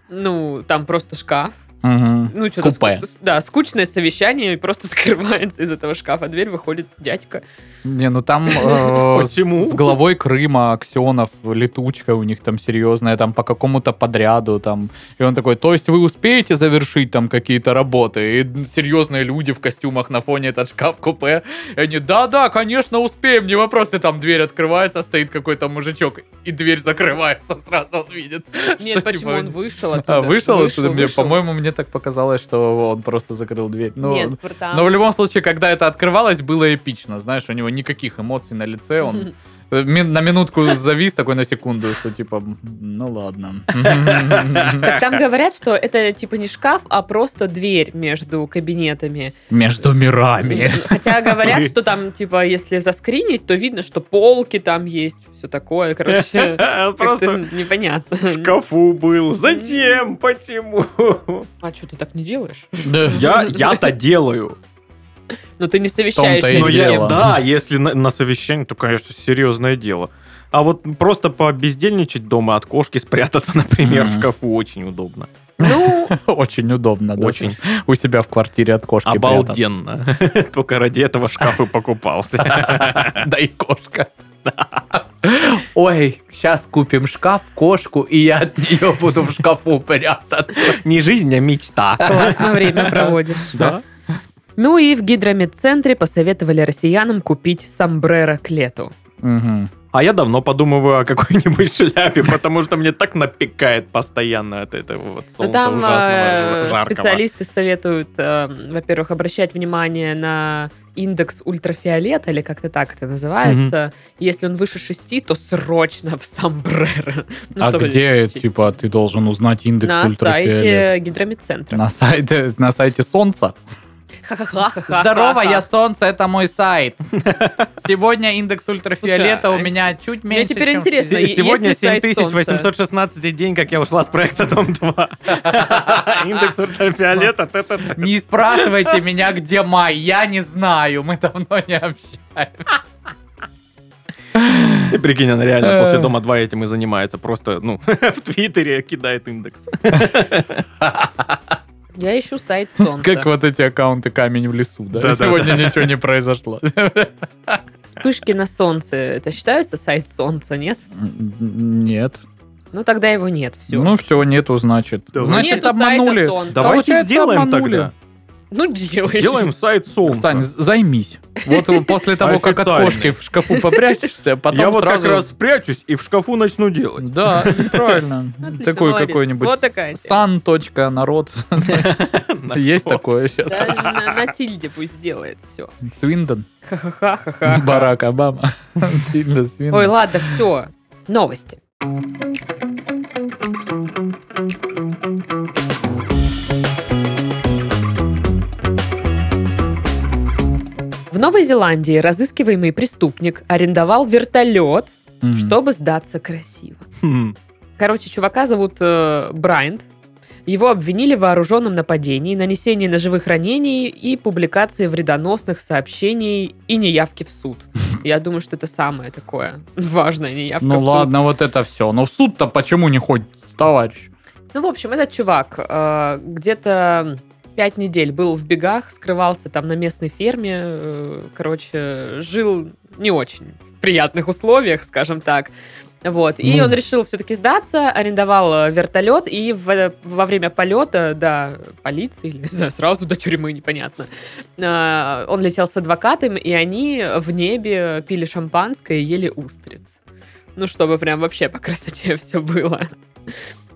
Speaker 1: Ну, там просто шкаф.
Speaker 2: Мгм.
Speaker 1: Ну, что-то
Speaker 2: Купе.
Speaker 1: да, скучное совещание, и просто открывается из этого шкафа дверь, выходит дядька.
Speaker 2: Не, ну там э,
Speaker 3: Почему?
Speaker 2: с главой Крыма, Аксенов, летучка у них там серьезная, там по какому-то подряду там. И он такой, то есть вы успеете завершить там какие-то работы? И серьезные люди в костюмах на фоне этот шкаф-купе. И они, да-да, конечно, успеем, не вопрос. И там дверь открывается, стоит какой-то мужичок, и дверь закрывается, сразу он видит.
Speaker 1: Нет,
Speaker 2: что,
Speaker 1: почему
Speaker 2: типа,
Speaker 1: он вышел оттуда?
Speaker 2: А, вышел оттуда? Мне,
Speaker 1: вышел.
Speaker 2: По-моему, мне так показалось, что он просто закрыл дверь. Ну,
Speaker 1: Нет, там-
Speaker 2: но в любом случае, когда это открывалось, было эпично. Знаешь, у него никаких эмоций на лице. Он э, ми- на минутку завис такой на секунду, что типа, «М, ну ладно.
Speaker 1: Так там говорят, что это типа не шкаф, а просто дверь между кабинетами.
Speaker 2: Между мирами.
Speaker 1: Хотя говорят, что там типа если заскринить, то видно, что полки там есть, все такое, короче. Просто
Speaker 3: Просто
Speaker 1: непонятно.
Speaker 3: в шкафу был. Зачем? Почему?
Speaker 1: А что ты так не делаешь?
Speaker 3: Я, я-то делаю.
Speaker 1: Ну ты не
Speaker 2: В том-то и
Speaker 1: совещаешься.
Speaker 3: Но
Speaker 1: с
Speaker 3: я-
Speaker 1: кем.
Speaker 2: дело.
Speaker 3: да, если на, на совещании, то, конечно, серьезное дело. А вот просто побездельничать дома от кошки, спрятаться, например, в
Speaker 2: Мгм.
Speaker 3: шкафу очень удобно.
Speaker 1: Ну,
Speaker 2: Очень удобно, да.
Speaker 3: Очень.
Speaker 2: У себя в квартире от кошки прятаться.
Speaker 3: Обалденно. Только ради этого шкаф и покупался.
Speaker 2: Да и кошка. Ой, сейчас купим шкаф, кошку, и я от нее буду в шкафу прятаться.
Speaker 3: Не жизнь, а мечта.
Speaker 1: классно время проводишь.
Speaker 3: Да?
Speaker 1: Ну и в гидромедцентре посоветовали россиянам купить сомбреро к лету.
Speaker 2: Мгм.
Speaker 3: А я давно подумываю о какой-нибудь шляпе, потому что мне так напекает постоянно от этого вот
Speaker 1: Ну,
Speaker 3: солнца
Speaker 1: там
Speaker 3: ужасного,
Speaker 1: э,
Speaker 3: ж- жаркого.
Speaker 1: специалисты советуют, э, во-первых, обращать внимание на индекс ультрафиолета, или как-то так это называется. Если он выше 6, то срочно в сомбреро. Ну,
Speaker 2: А
Speaker 1: чтобы
Speaker 2: где,
Speaker 1: защитить.
Speaker 2: типа, ты должен узнать индекс
Speaker 1: На
Speaker 2: ультрафиолета?
Speaker 1: сайте гидромедцентра.
Speaker 2: На сайте, на сайте Солнца?
Speaker 1: Ха-ха-ха-ха-ха.
Speaker 2: Здорово, я солнце, это мой сайт. а Сегодня индекс ультрафиолета у
Speaker 1: Слушай,
Speaker 2: меня чуть
Speaker 1: Мне
Speaker 2: меньше,
Speaker 1: теперь
Speaker 2: чем...
Speaker 1: интересно,
Speaker 3: Се-
Speaker 1: е- есть
Speaker 3: Сегодня
Speaker 1: ли сайт солнца?
Speaker 3: 7816 день, как я ушла с проекта Дом-2. Индекс ультрафиолета. т-т-т.
Speaker 2: Не спрашивайте меня, где май. Я не знаю, мы давно не общаемся.
Speaker 3: И прикинь, она реально
Speaker 1: Э.
Speaker 3: после Дома-2 этим и занимается. Просто, ну, в Твиттере кидает индекс.
Speaker 1: Я ищу сайт солнца.
Speaker 2: Как вот эти аккаунты «Камень в лесу», да?
Speaker 3: Да-да-да.
Speaker 2: Сегодня ничего не произошло.
Speaker 1: Вспышки на солнце. Это считается сайт солнца, нет?
Speaker 2: Нет.
Speaker 1: Ну тогда его нет, все.
Speaker 2: Ну все, нету, значит.
Speaker 3: Давай.
Speaker 2: Значит,
Speaker 1: Нету сайта
Speaker 2: обманули.
Speaker 1: солнца.
Speaker 3: Давайте
Speaker 2: Получается,
Speaker 3: сделаем
Speaker 2: обманули.
Speaker 3: тогда.
Speaker 1: Ну делай.
Speaker 3: Сделаем сайт солнца.
Speaker 2: Сань, з- займись. Вот э, после того, как от
Speaker 3: Официально.
Speaker 2: кошки в шкафу попрячешься,
Speaker 3: я
Speaker 2: потом
Speaker 3: вот как
Speaker 2: сразу...
Speaker 3: раз спрячусь и в шкафу начну делать.
Speaker 2: Да, правильно.
Speaker 1: Отлично,
Speaker 2: Такой
Speaker 1: молодец.
Speaker 2: какой-нибудь
Speaker 1: Вот такая тема.
Speaker 2: сан. точка народ. Есть такое сейчас.
Speaker 1: Даже на, на тильде пусть сделает все.
Speaker 2: Свиндон.
Speaker 1: Ха-ха-ха-ха-ха.
Speaker 2: Барак Обама. Тильда Свиндон.
Speaker 1: Ой, ладно, все. Новости. В Новой Зеландии разыскиваемый преступник арендовал вертолет,
Speaker 2: М.
Speaker 1: чтобы сдаться красиво.
Speaker 3: Хм.
Speaker 1: Короче, чувака зовут э, Брайант. Его обвинили в вооруженном нападении, нанесении ножевых ранений и публикации вредоносных сообщений и неявки в суд. Я думаю, что это самое такое важное неявка
Speaker 2: Ну
Speaker 1: в
Speaker 2: ладно, вот это все. Но в суд-то почему не ходит, товарищ?
Speaker 1: суд. Ну, в общем, этот чувак э, где-то пять недель был в бегах, скрывался там на местной ферме, э, короче, жил не очень в приятных условиях, скажем так. Вот. И
Speaker 2: Ну.
Speaker 1: он решил все-таки сдаться, арендовал э, вертолет, и в- э, во время полета до полиции, или, не знаю, сразу до тюрьмы, непонятно, э, он летел с адвокатом, и они в небе пили шампанское и ели устриц. Ну, чтобы прям вообще по красоте все было.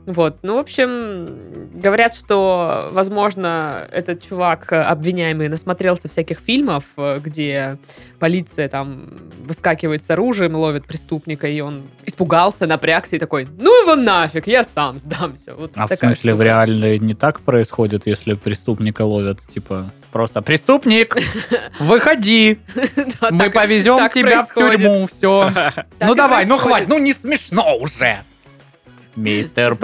Speaker 1: Вот, ну, в общем, говорят, что, возможно, этот чувак, э, обвиняемый, насмотрелся всяких фильмов, э, где полиция там выскакивает с оружием, ловит преступника, и он испугался, напрягся и такой, ну его нафиг, я сам сдамся. Вот
Speaker 2: А в
Speaker 1: такая
Speaker 2: смысле, в
Speaker 1: штука.
Speaker 2: реале не так происходит, если преступника ловят? Типа, просто преступник, выходи,
Speaker 1: Да,
Speaker 2: мы
Speaker 1: так-
Speaker 2: повезем
Speaker 1: так
Speaker 2: тебя в
Speaker 1: происходит.
Speaker 2: тюрьму, все.
Speaker 1: так
Speaker 2: ну
Speaker 1: и
Speaker 2: давай, ну
Speaker 1: происходит.
Speaker 2: хватит, ну не смешно уже. Мистер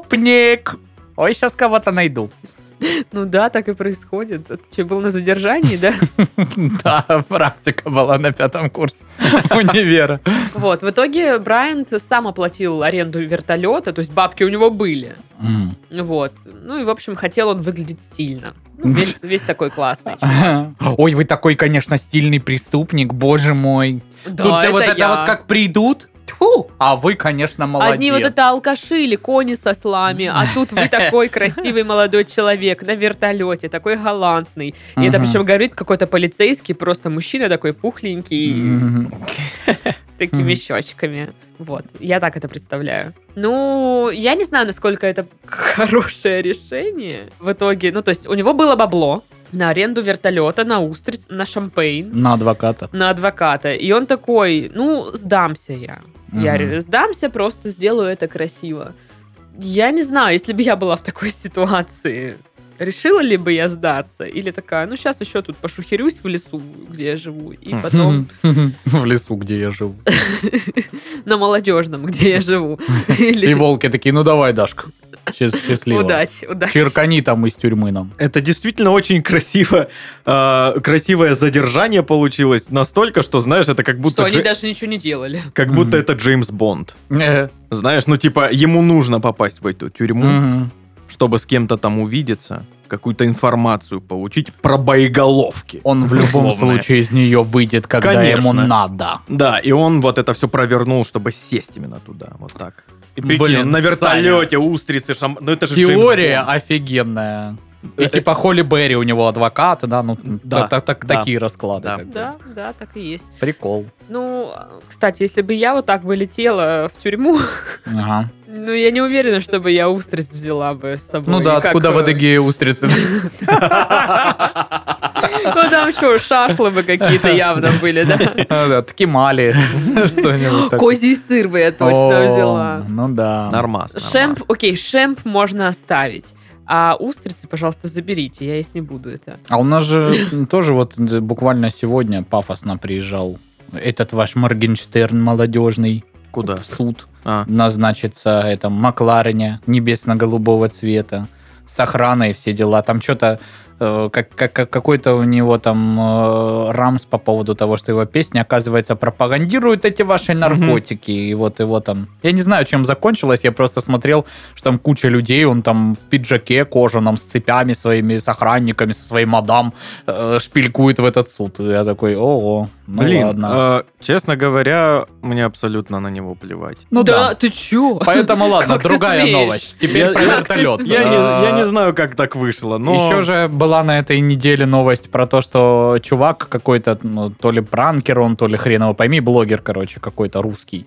Speaker 2: преступник. Ой, сейчас кого-то найду.
Speaker 1: Ну да, так и происходит. А Ты что, был на задержании, да?
Speaker 2: Да, практика была на пятом курсе универа.
Speaker 1: Вот, в итоге Брайант сам оплатил аренду вертолета, то есть бабки у него были.
Speaker 2: М.
Speaker 1: Вот. Ну и, в общем, хотел он выглядеть стильно. Ну, весь, весь такой классный.
Speaker 2: Ой, вы такой, конечно, стильный преступник, боже мой. Тут же вот это
Speaker 1: я.
Speaker 2: вот как придут, тьфу, а вы, конечно, молодец.
Speaker 1: Одни вот это алкаши или кони со слами, а тут вы такой красивый молодой человек на вертолете, такой галантный. И это
Speaker 2: Мгм.
Speaker 1: причем говорит какой-то полицейский, просто мужчина такой пухленький,
Speaker 2: Мгм.
Speaker 1: такими
Speaker 2: Мгм.
Speaker 1: щечками. Вот, я так это представляю. Ну, я не знаю, насколько это хорошее решение. В итоге, ну, то есть у него было бабло на аренду вертолета, на устриц, на шампейн,
Speaker 2: На адвоката.
Speaker 1: на адвоката. И он такой, ну, сдамся я. Я
Speaker 2: Мгм.
Speaker 1: ре- сдамся, просто сделаю это красиво. Я не знаю, если бы я была в такой ситуации, решила ли бы я сдаться? Или такая, ну, сейчас еще тут пошухерюсь в лесу, где я живу, и
Speaker 3: Хм.
Speaker 1: потом
Speaker 2: В лесу, где я живу.
Speaker 1: на молодежном, где я живу. Или-
Speaker 2: И волки такие, ну давай, Дашка. Счаст- Счастливо.
Speaker 1: Удачи, удачи.
Speaker 2: Черкани там из тюрьмы нам.
Speaker 3: Это действительно очень красиво, э, красивое задержание получилось настолько, что, знаешь, это как
Speaker 1: Что
Speaker 3: будто,
Speaker 1: они
Speaker 3: Джей-
Speaker 1: даже ничего не делали.
Speaker 3: как будто
Speaker 2: Мгм.
Speaker 3: это Джеймс Бонд.
Speaker 2: Э,
Speaker 3: Знаешь, ну типа ему нужно попасть в эту тюрьму,
Speaker 2: мгм.
Speaker 3: чтобы с кем-то там увидеться, какую-то информацию получить про боеголовки.
Speaker 2: Он в любом
Speaker 3: Условное.
Speaker 2: случае из нее выйдет, когда
Speaker 3: Конечно.
Speaker 2: ему надо.
Speaker 3: Да, и он вот это все провернул, чтобы сесть именно туда, вот так. И прикинь,
Speaker 2: Блин,
Speaker 3: он на вертолете, устрицы, шам... Ну это же Джеймс
Speaker 2: Теория
Speaker 3: Бонд.
Speaker 2: офигенная. И
Speaker 3: Э,
Speaker 2: типа Холли Берри у него адвокат, да, ну
Speaker 3: Да,
Speaker 2: так- так-
Speaker 3: да.
Speaker 2: такие расклады.
Speaker 3: Да.
Speaker 2: как бы.
Speaker 1: Да, да, так и есть.
Speaker 2: Прикол.
Speaker 1: Ну, кстати, если бы я вот так бы летела в тюрьму,
Speaker 2: Ага.
Speaker 1: ну, я не уверена, чтобы я устриц взяла бы с собой.
Speaker 2: Ну да,
Speaker 1: Как,
Speaker 2: откуда
Speaker 1: э,
Speaker 2: в Адыгее устрицы?
Speaker 1: Ну, там что, шашлы бы какие-то явно были, да.
Speaker 2: А, да, Ткемали. Что-нибудь такое.
Speaker 1: Козий сыр бы я точно
Speaker 2: О,
Speaker 1: взяла.
Speaker 2: Ну да.
Speaker 3: а- Нормас, нормас.
Speaker 1: Шемп, окей, шемп можно оставить. А устрицы, пожалуйста, заберите, я есть не буду это.
Speaker 2: А у нас же тоже вот буквально сегодня пафосно приезжал этот ваш Моргенштерн молодежный
Speaker 3: Куда?
Speaker 2: в суд.
Speaker 3: А.
Speaker 2: назначится это Макларене небесно-голубого цвета с охраной все дела. Там что-то э, как, как- как- какой-то у него там э, рамс по поводу того, что его песня, оказывается, пропагандирует эти ваши наркотики. И вот его там... Я не знаю, чем закончилось, я просто смотрел, что там куча людей, он там в пиджаке кожаном с цепями своими, с охранниками, со своей мадам э, шпилькует в этот суд. Я такой, о, ну
Speaker 3: Блин,
Speaker 2: ладно.
Speaker 3: э, честно говоря, мне абсолютно на него плевать.
Speaker 2: Ну да.
Speaker 1: ты чё?
Speaker 2: Поэтому ладно,
Speaker 1: Как ты
Speaker 2: другая
Speaker 1: смеешь?
Speaker 2: новость. Теперь
Speaker 3: Я-
Speaker 2: про
Speaker 1: как ты
Speaker 2: вертолет.
Speaker 1: смеешь?
Speaker 3: Я, не, я
Speaker 2: А,
Speaker 3: не знаю, как так вышло, но...
Speaker 2: Еще же была на этой неделе новость про то, что чувак какой-то, ну, то ли пранкер он, то ли хрен его пойми, блогер, короче, какой-то русский,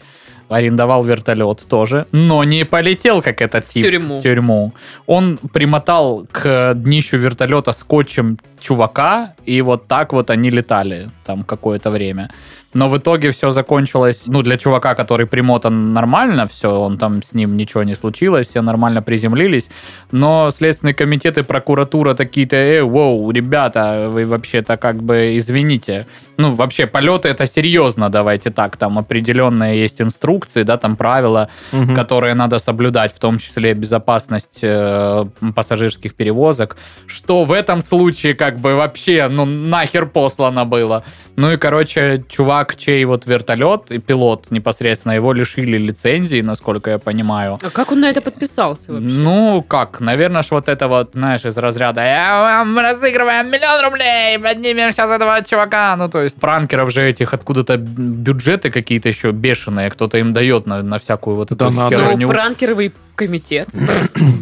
Speaker 2: арендовал вертолет тоже, но не полетел, как этот тип.
Speaker 1: тюрьму.
Speaker 2: В тюрьму. Он примотал к днищу вертолета скотчем чувака, и вот так вот они летали там какое-то время. Но в итоге все закончилось, ну, для чувака, который примотан нормально, все, он там с ним ничего не случилось, все нормально приземлились, но Следственный комитет и прокуратура такие-то, э, воу, ребята, вы вообще-то как бы извините. Ну, вообще, полеты это серьезно, давайте так, там определенные есть инструкции, да, там правила,
Speaker 3: Мгм.
Speaker 2: которые надо соблюдать, в том числе безопасность э, пассажирских перевозок, что в этом случае как бы вообще, ну, нахер послано было. Ну и, короче, чувак, чей вот вертолет, и пилот непосредственно, его лишили лицензии, насколько я понимаю.
Speaker 1: А как он на это подписался вообще?
Speaker 2: Ну, как, наверное, ж вот это вот, знаешь, из разряда «Я вам разыгрываем миллион рублей, поднимем сейчас этого чувака». Ну, то есть, пранкеров же этих откуда-то бюджеты какие-то еще бешеные, кто-то им дает на, на всякую вот эту
Speaker 3: Да надо.
Speaker 2: херню.
Speaker 1: Ну, пранкервый комитет.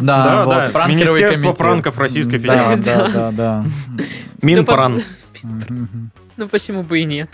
Speaker 2: Да,
Speaker 3: Да,
Speaker 2: вот,
Speaker 3: да,
Speaker 2: пранкеры
Speaker 3: Министерство
Speaker 2: комитет.
Speaker 3: пранков Российской
Speaker 2: Да,
Speaker 3: Федерации.
Speaker 2: Да, да, да.
Speaker 3: Минпран.
Speaker 2: Мгм.
Speaker 1: Ну, почему бы и нет?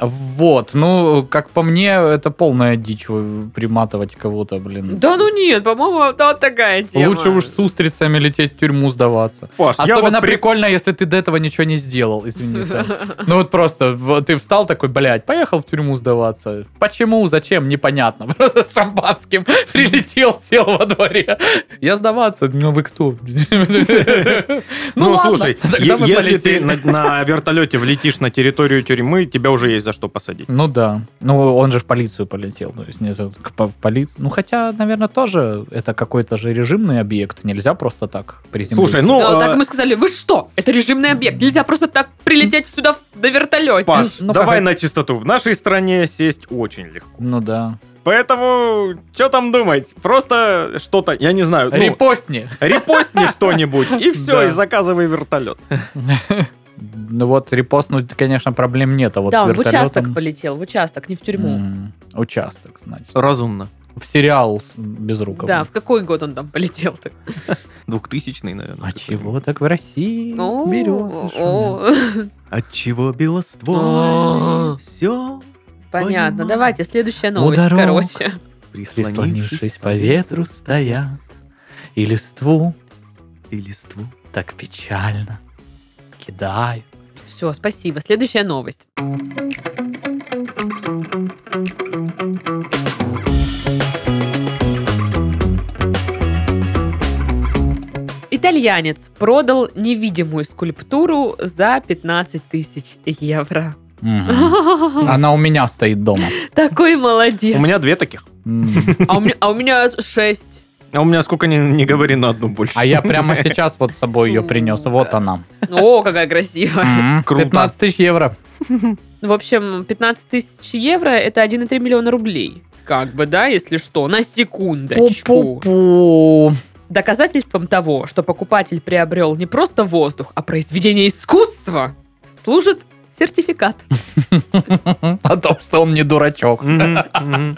Speaker 2: Вот, ну, как по мне, это полная дичь вы- приматывать кого-то, блин.
Speaker 1: Да ну нет, по-моему, да вот такая тема.
Speaker 2: Лучше уж с устрицами лететь в тюрьму сдаваться.
Speaker 3: Паш, я
Speaker 2: Особенно
Speaker 3: вот при-
Speaker 2: прикольно, если ты до этого ничего не сделал, извини. Сань. Ну вот просто, вот ты встал такой, блядь, поехал в тюрьму сдаваться. Почему, зачем, непонятно. Просто с шампанским прилетел, сел во дворе. Я сдаваться, ну вы кто?
Speaker 3: Ну,
Speaker 2: ладно,
Speaker 3: слушай,
Speaker 2: тогда
Speaker 3: е-
Speaker 2: мы
Speaker 3: если ты
Speaker 2: полетели.
Speaker 3: на, на вертолете влетишь на территорию тюрьмы, тебя уже есть за что посадить.
Speaker 2: Ну да. Ну, он же в полицию полетел. То есть, нет, к по- в поли- Ну, хотя, наверное, тоже это какой-то же режимный объект. Нельзя просто так приземлиться.
Speaker 3: Слушай, ну,
Speaker 1: Да,
Speaker 3: э,
Speaker 1: так ему сказали, вы что? Это режимный объект, нельзя просто так прилететь сюда в- на вертолете.
Speaker 3: Паш,
Speaker 2: ну,
Speaker 3: давай
Speaker 2: погоди.
Speaker 3: на чистоту. В нашей стране сесть очень легко.
Speaker 2: Ну да.
Speaker 3: Поэтому, что там думать? Просто что-то, я не знаю, ну,
Speaker 2: Репостни!
Speaker 3: репостни что-нибудь, и все,
Speaker 2: Да.
Speaker 3: и заказывай вертолет.
Speaker 2: Ну вот, репостнуть, конечно, проблем нет. А вот
Speaker 1: да,
Speaker 2: с
Speaker 1: он в участок
Speaker 2: вертолетом...
Speaker 1: полетел, в участок, не в тюрьму.
Speaker 2: М, Участок, значит.
Speaker 3: Разумно.
Speaker 2: В сериал с Безруковым.
Speaker 1: Да, в какой год он там полетел-то?
Speaker 3: Двухтысячный, наверное.
Speaker 2: А чего так в России?
Speaker 1: О,
Speaker 2: берёзы, что ли?
Speaker 1: о,
Speaker 3: От чего
Speaker 1: А.
Speaker 3: белоствольный все
Speaker 1: Понятно,
Speaker 3: Понимаю.
Speaker 1: давайте, следующая новость,
Speaker 2: дорог.
Speaker 1: короче.
Speaker 2: Прислонившись по ветру стоят, и листву
Speaker 3: и листву?
Speaker 2: так печально кидают.
Speaker 1: Все, спасибо, следующая новость. Итальянец продал невидимую скульптуру за 15 тысяч евро.
Speaker 2: Мгм. Она у меня стоит дома.
Speaker 1: Такой молодец.
Speaker 3: У меня две таких.
Speaker 2: М.
Speaker 1: А у меня, а у меня шесть.
Speaker 3: А у меня сколько не, не говори на одну больше.
Speaker 2: А я прямо сейчас вот с собой ее принес. Вот она.
Speaker 1: О, какая красивая.
Speaker 2: М.
Speaker 3: Круто.
Speaker 2: 15 тысяч евро.
Speaker 1: Ну, В общем, 15 тысяч евро – это 1,3 миллиона рублей. Как бы, да, если что, на секундочку.
Speaker 2: Пу-пу-пу.
Speaker 1: Доказательством того, что покупатель приобрел не просто воздух, а произведение искусства, служит сертификат.
Speaker 2: О том, что он не дурачок.
Speaker 3: Мгм, мгм.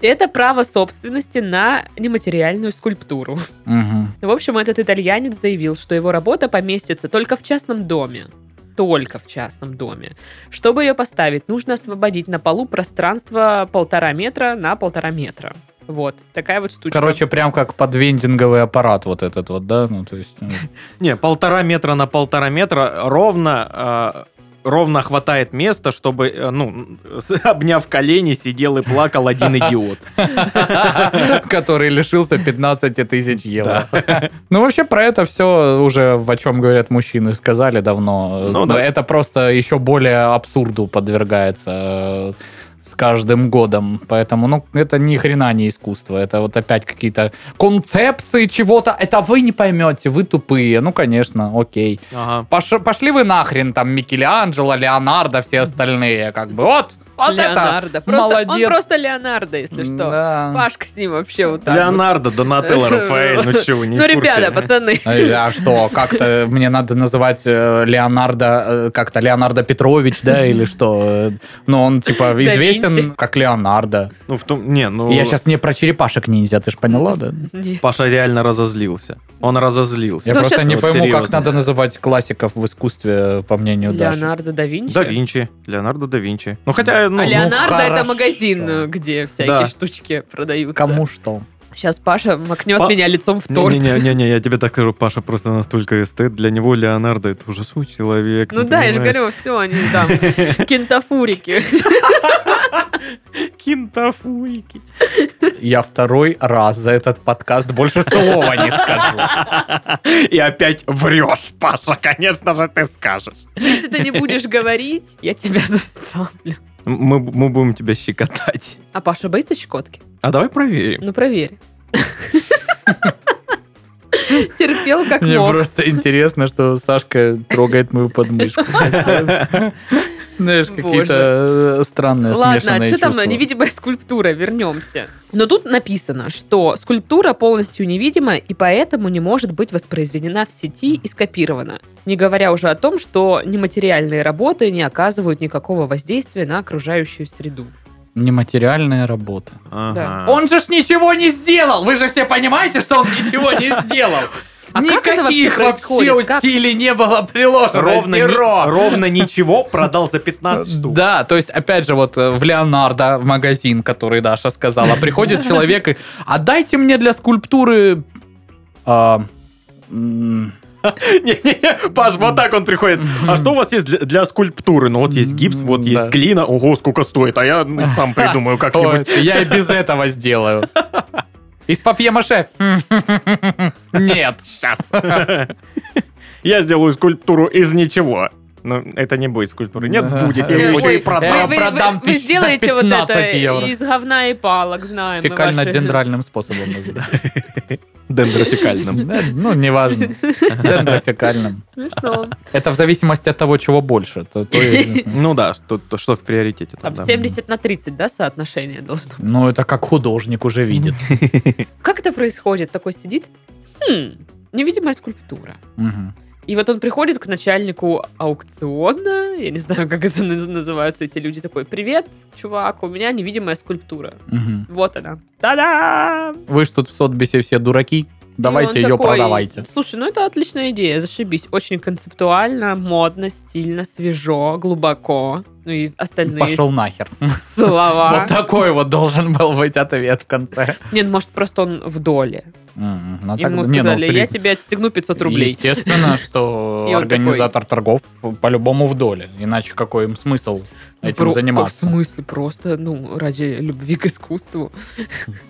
Speaker 1: Это право собственности на нематериальную скульптуру.
Speaker 2: Мгм.
Speaker 1: В общем, этот итальянец заявил, что его работа поместится только в частном доме. Только в частном доме. Чтобы ее поставить, нужно освободить на полу пространство полтора метра на полтора метра. Вот, такая вот штучка.
Speaker 2: Короче, прям как подвендинговый аппарат вот этот вот, да? Ну, то есть... ну,
Speaker 3: Не, полтора метра на полтора метра ровно а, ровно хватает места, чтобы, э, ну, с- обняв колени, сидел и плакал один идиот.
Speaker 2: Который лишился 15 тысяч евро. Ну, вообще, про это все уже, в о чем говорят мужчины, сказали давно.
Speaker 3: Ну,
Speaker 2: Но
Speaker 3: да.
Speaker 2: Это просто еще более абсурду подвергается э, с каждым годом. Поэтому, ну, это ни хрена не искусство. Это вот опять какие-то концепции чего-то. Это вы не поймете, вы тупые. Ну, конечно, окей.
Speaker 3: Ага.
Speaker 2: Пош- пошли вы нахрен, там, Микеланджело, Леонардо, все остальные, как бы. Вот, вот это.
Speaker 1: Леонардо. Просто- Он
Speaker 2: молодец.
Speaker 1: просто Леонардо, если что.
Speaker 2: Да.
Speaker 1: Пашка с ним вообще вот так. вот.
Speaker 3: Леонардо, Донателло, Рафаэль, ну чего, не в
Speaker 1: Ну,
Speaker 3: курсе?
Speaker 1: ребята, пацаны.
Speaker 2: Э, А что, как-то мне надо называть э, Леонардо, э, как-то Леонардо Петрович, да, или что? Э, Но он, типа,
Speaker 1: Винчи.
Speaker 2: известен как Леонардо.
Speaker 3: Ну, в том, не, ну...
Speaker 2: Я сейчас не про черепашек-ниндзя, ты ж поняла, да?
Speaker 1: Нет.
Speaker 3: Паша реально разозлился. Он разозлился.
Speaker 2: Я
Speaker 1: Ну,
Speaker 2: просто
Speaker 1: щас-
Speaker 2: не
Speaker 3: Вот
Speaker 2: пойму, как
Speaker 3: серьезно.
Speaker 2: надо называть классиков в искусстве, по мнению Даши.
Speaker 1: Леонардо да Винчи.
Speaker 3: Да Винчи, Леонардо да Винчи. Ну, хотя, ну...
Speaker 1: а
Speaker 3: ну,
Speaker 1: Леонардо это
Speaker 2: хорошо.
Speaker 1: магазин, э, где всякие
Speaker 3: Да.
Speaker 1: штучки продаются.
Speaker 2: Кому что?
Speaker 1: Сейчас Паша макнет
Speaker 3: Па-
Speaker 1: меня лицом в торт.
Speaker 3: Не-не-не, ну, я тебе так скажу, Паша просто настолько эстет, для него Леонардо это уже свой человек.
Speaker 1: Ну
Speaker 3: ты
Speaker 1: да, я же
Speaker 3: понимаешь?
Speaker 1: говорю, все, они там кентафурики.
Speaker 3: Кентафурики.
Speaker 2: Я второй раз за этот подкаст больше слова не скажу.
Speaker 3: И опять врешь, Паша, конечно же, ты скажешь.
Speaker 1: Если ты не будешь говорить, я тебя заставлю.
Speaker 3: Мы, мы будем тебя щекотать.
Speaker 1: А Паша боится щекотки?
Speaker 3: А давай проверим.
Speaker 1: Ну проверь. Терпел как
Speaker 2: Мне
Speaker 1: мог.
Speaker 2: просто интересно, что Сашка трогает мою подмышку. Знаешь, какие-то э, странные
Speaker 1: Ладно,
Speaker 2: смешанные
Speaker 1: что там
Speaker 2: чувства.
Speaker 1: невидимая скульптура? Вернемся. Но тут написано, что скульптура полностью невидима и поэтому не может быть воспроизведена в сети и скопирована. Не говоря уже о том, что нематериальные работы не оказывают никакого воздействия на окружающую среду.
Speaker 2: Нематериальная работа.
Speaker 3: А.
Speaker 1: Да.
Speaker 2: Он же ж ничего не сделал! Вы же все понимаете, что он ничего не сделал!
Speaker 1: А как это вообще
Speaker 2: Никаких вообще
Speaker 1: происходит? Как?
Speaker 2: усилий не было приложено.
Speaker 3: Ровно,
Speaker 2: Зеро.
Speaker 3: ни- ровно ничего продал за 15 штук.
Speaker 2: Э, Да, то есть, опять же, вот э, в Леонардо в магазин, который Даша сказала, приходит человек и «А дайте мне для скульптуры...» а, м,
Speaker 3: Не-не-не, Паш, вот так он приходит. А что у вас есть для, для скульптуры? Ну вот есть гипс, вот
Speaker 2: М,
Speaker 3: есть
Speaker 2: да.
Speaker 3: клина. Ого, сколько стоит. А я ну, сам придумаю
Speaker 2: «Ой,
Speaker 3: как-нибудь.
Speaker 2: Я и без этого сделаю». Из папье-маше? Нет.
Speaker 3: Сейчас. Я сделаю скульптуру из ничего. Но это не будет скульптуры. Нет,
Speaker 2: Да.
Speaker 3: будет. Я его
Speaker 1: Э, Ой,
Speaker 3: еще и
Speaker 1: вы-
Speaker 2: Я
Speaker 3: продам.
Speaker 1: вы- вы-
Speaker 2: продам
Speaker 1: вы
Speaker 2: тысяч за
Speaker 1: сделаете вот
Speaker 2: 15
Speaker 1: это
Speaker 2: евро.
Speaker 1: из говна и палок, знаем. мы
Speaker 2: Фекально-дендральным способом. называется.
Speaker 3: Дендрофикальным.
Speaker 2: Да, Ну, неважно.
Speaker 1: ваши-
Speaker 2: Дендрофикальным.
Speaker 1: Смешно.
Speaker 2: Это в зависимости от того, чего больше. То- то и-
Speaker 3: Ну да, что, то- что в приоритете.
Speaker 1: Там
Speaker 3: тогда.
Speaker 1: 70 на 30, да, соотношение должно
Speaker 2: Ну, это как художник уже видит.
Speaker 1: Как это происходит? Такой сидит, «Хм, невидимая скульптура.
Speaker 2: Мгм.
Speaker 1: И вот он приходит к начальнику аукциона, я не знаю, как это наз- называются эти люди, такой, привет, чувак, у меня невидимая скульптура.
Speaker 2: Мгм.
Speaker 1: Вот она. Та-дам!
Speaker 2: Вы ж тут в Сотбисе все дураки. Давайте
Speaker 1: И Ну, он
Speaker 2: ее
Speaker 1: такой,
Speaker 2: продавайте.
Speaker 1: Слушай, ну это отличная идея, зашибись. Очень концептуально, модно, стильно, свежо, глубоко. Ну и остальные
Speaker 2: Пошел
Speaker 1: с-
Speaker 2: нахер.
Speaker 1: слова.
Speaker 2: Вот такой вот должен был быть ответ в конце.
Speaker 1: Нет, может, просто он в доле.
Speaker 2: Мгм. Ну, так-
Speaker 1: Ему
Speaker 2: не, ну,
Speaker 1: сказали, я
Speaker 2: при-
Speaker 1: тебе отстегну 500 рублей.
Speaker 2: Естественно,
Speaker 1: И
Speaker 2: что
Speaker 1: он
Speaker 2: организатор торгов по-любому в доле. Иначе какой им смысл этим
Speaker 1: Про- ну, В
Speaker 2: заниматься?
Speaker 1: смысле? Просто, ну, ради любви к искусству.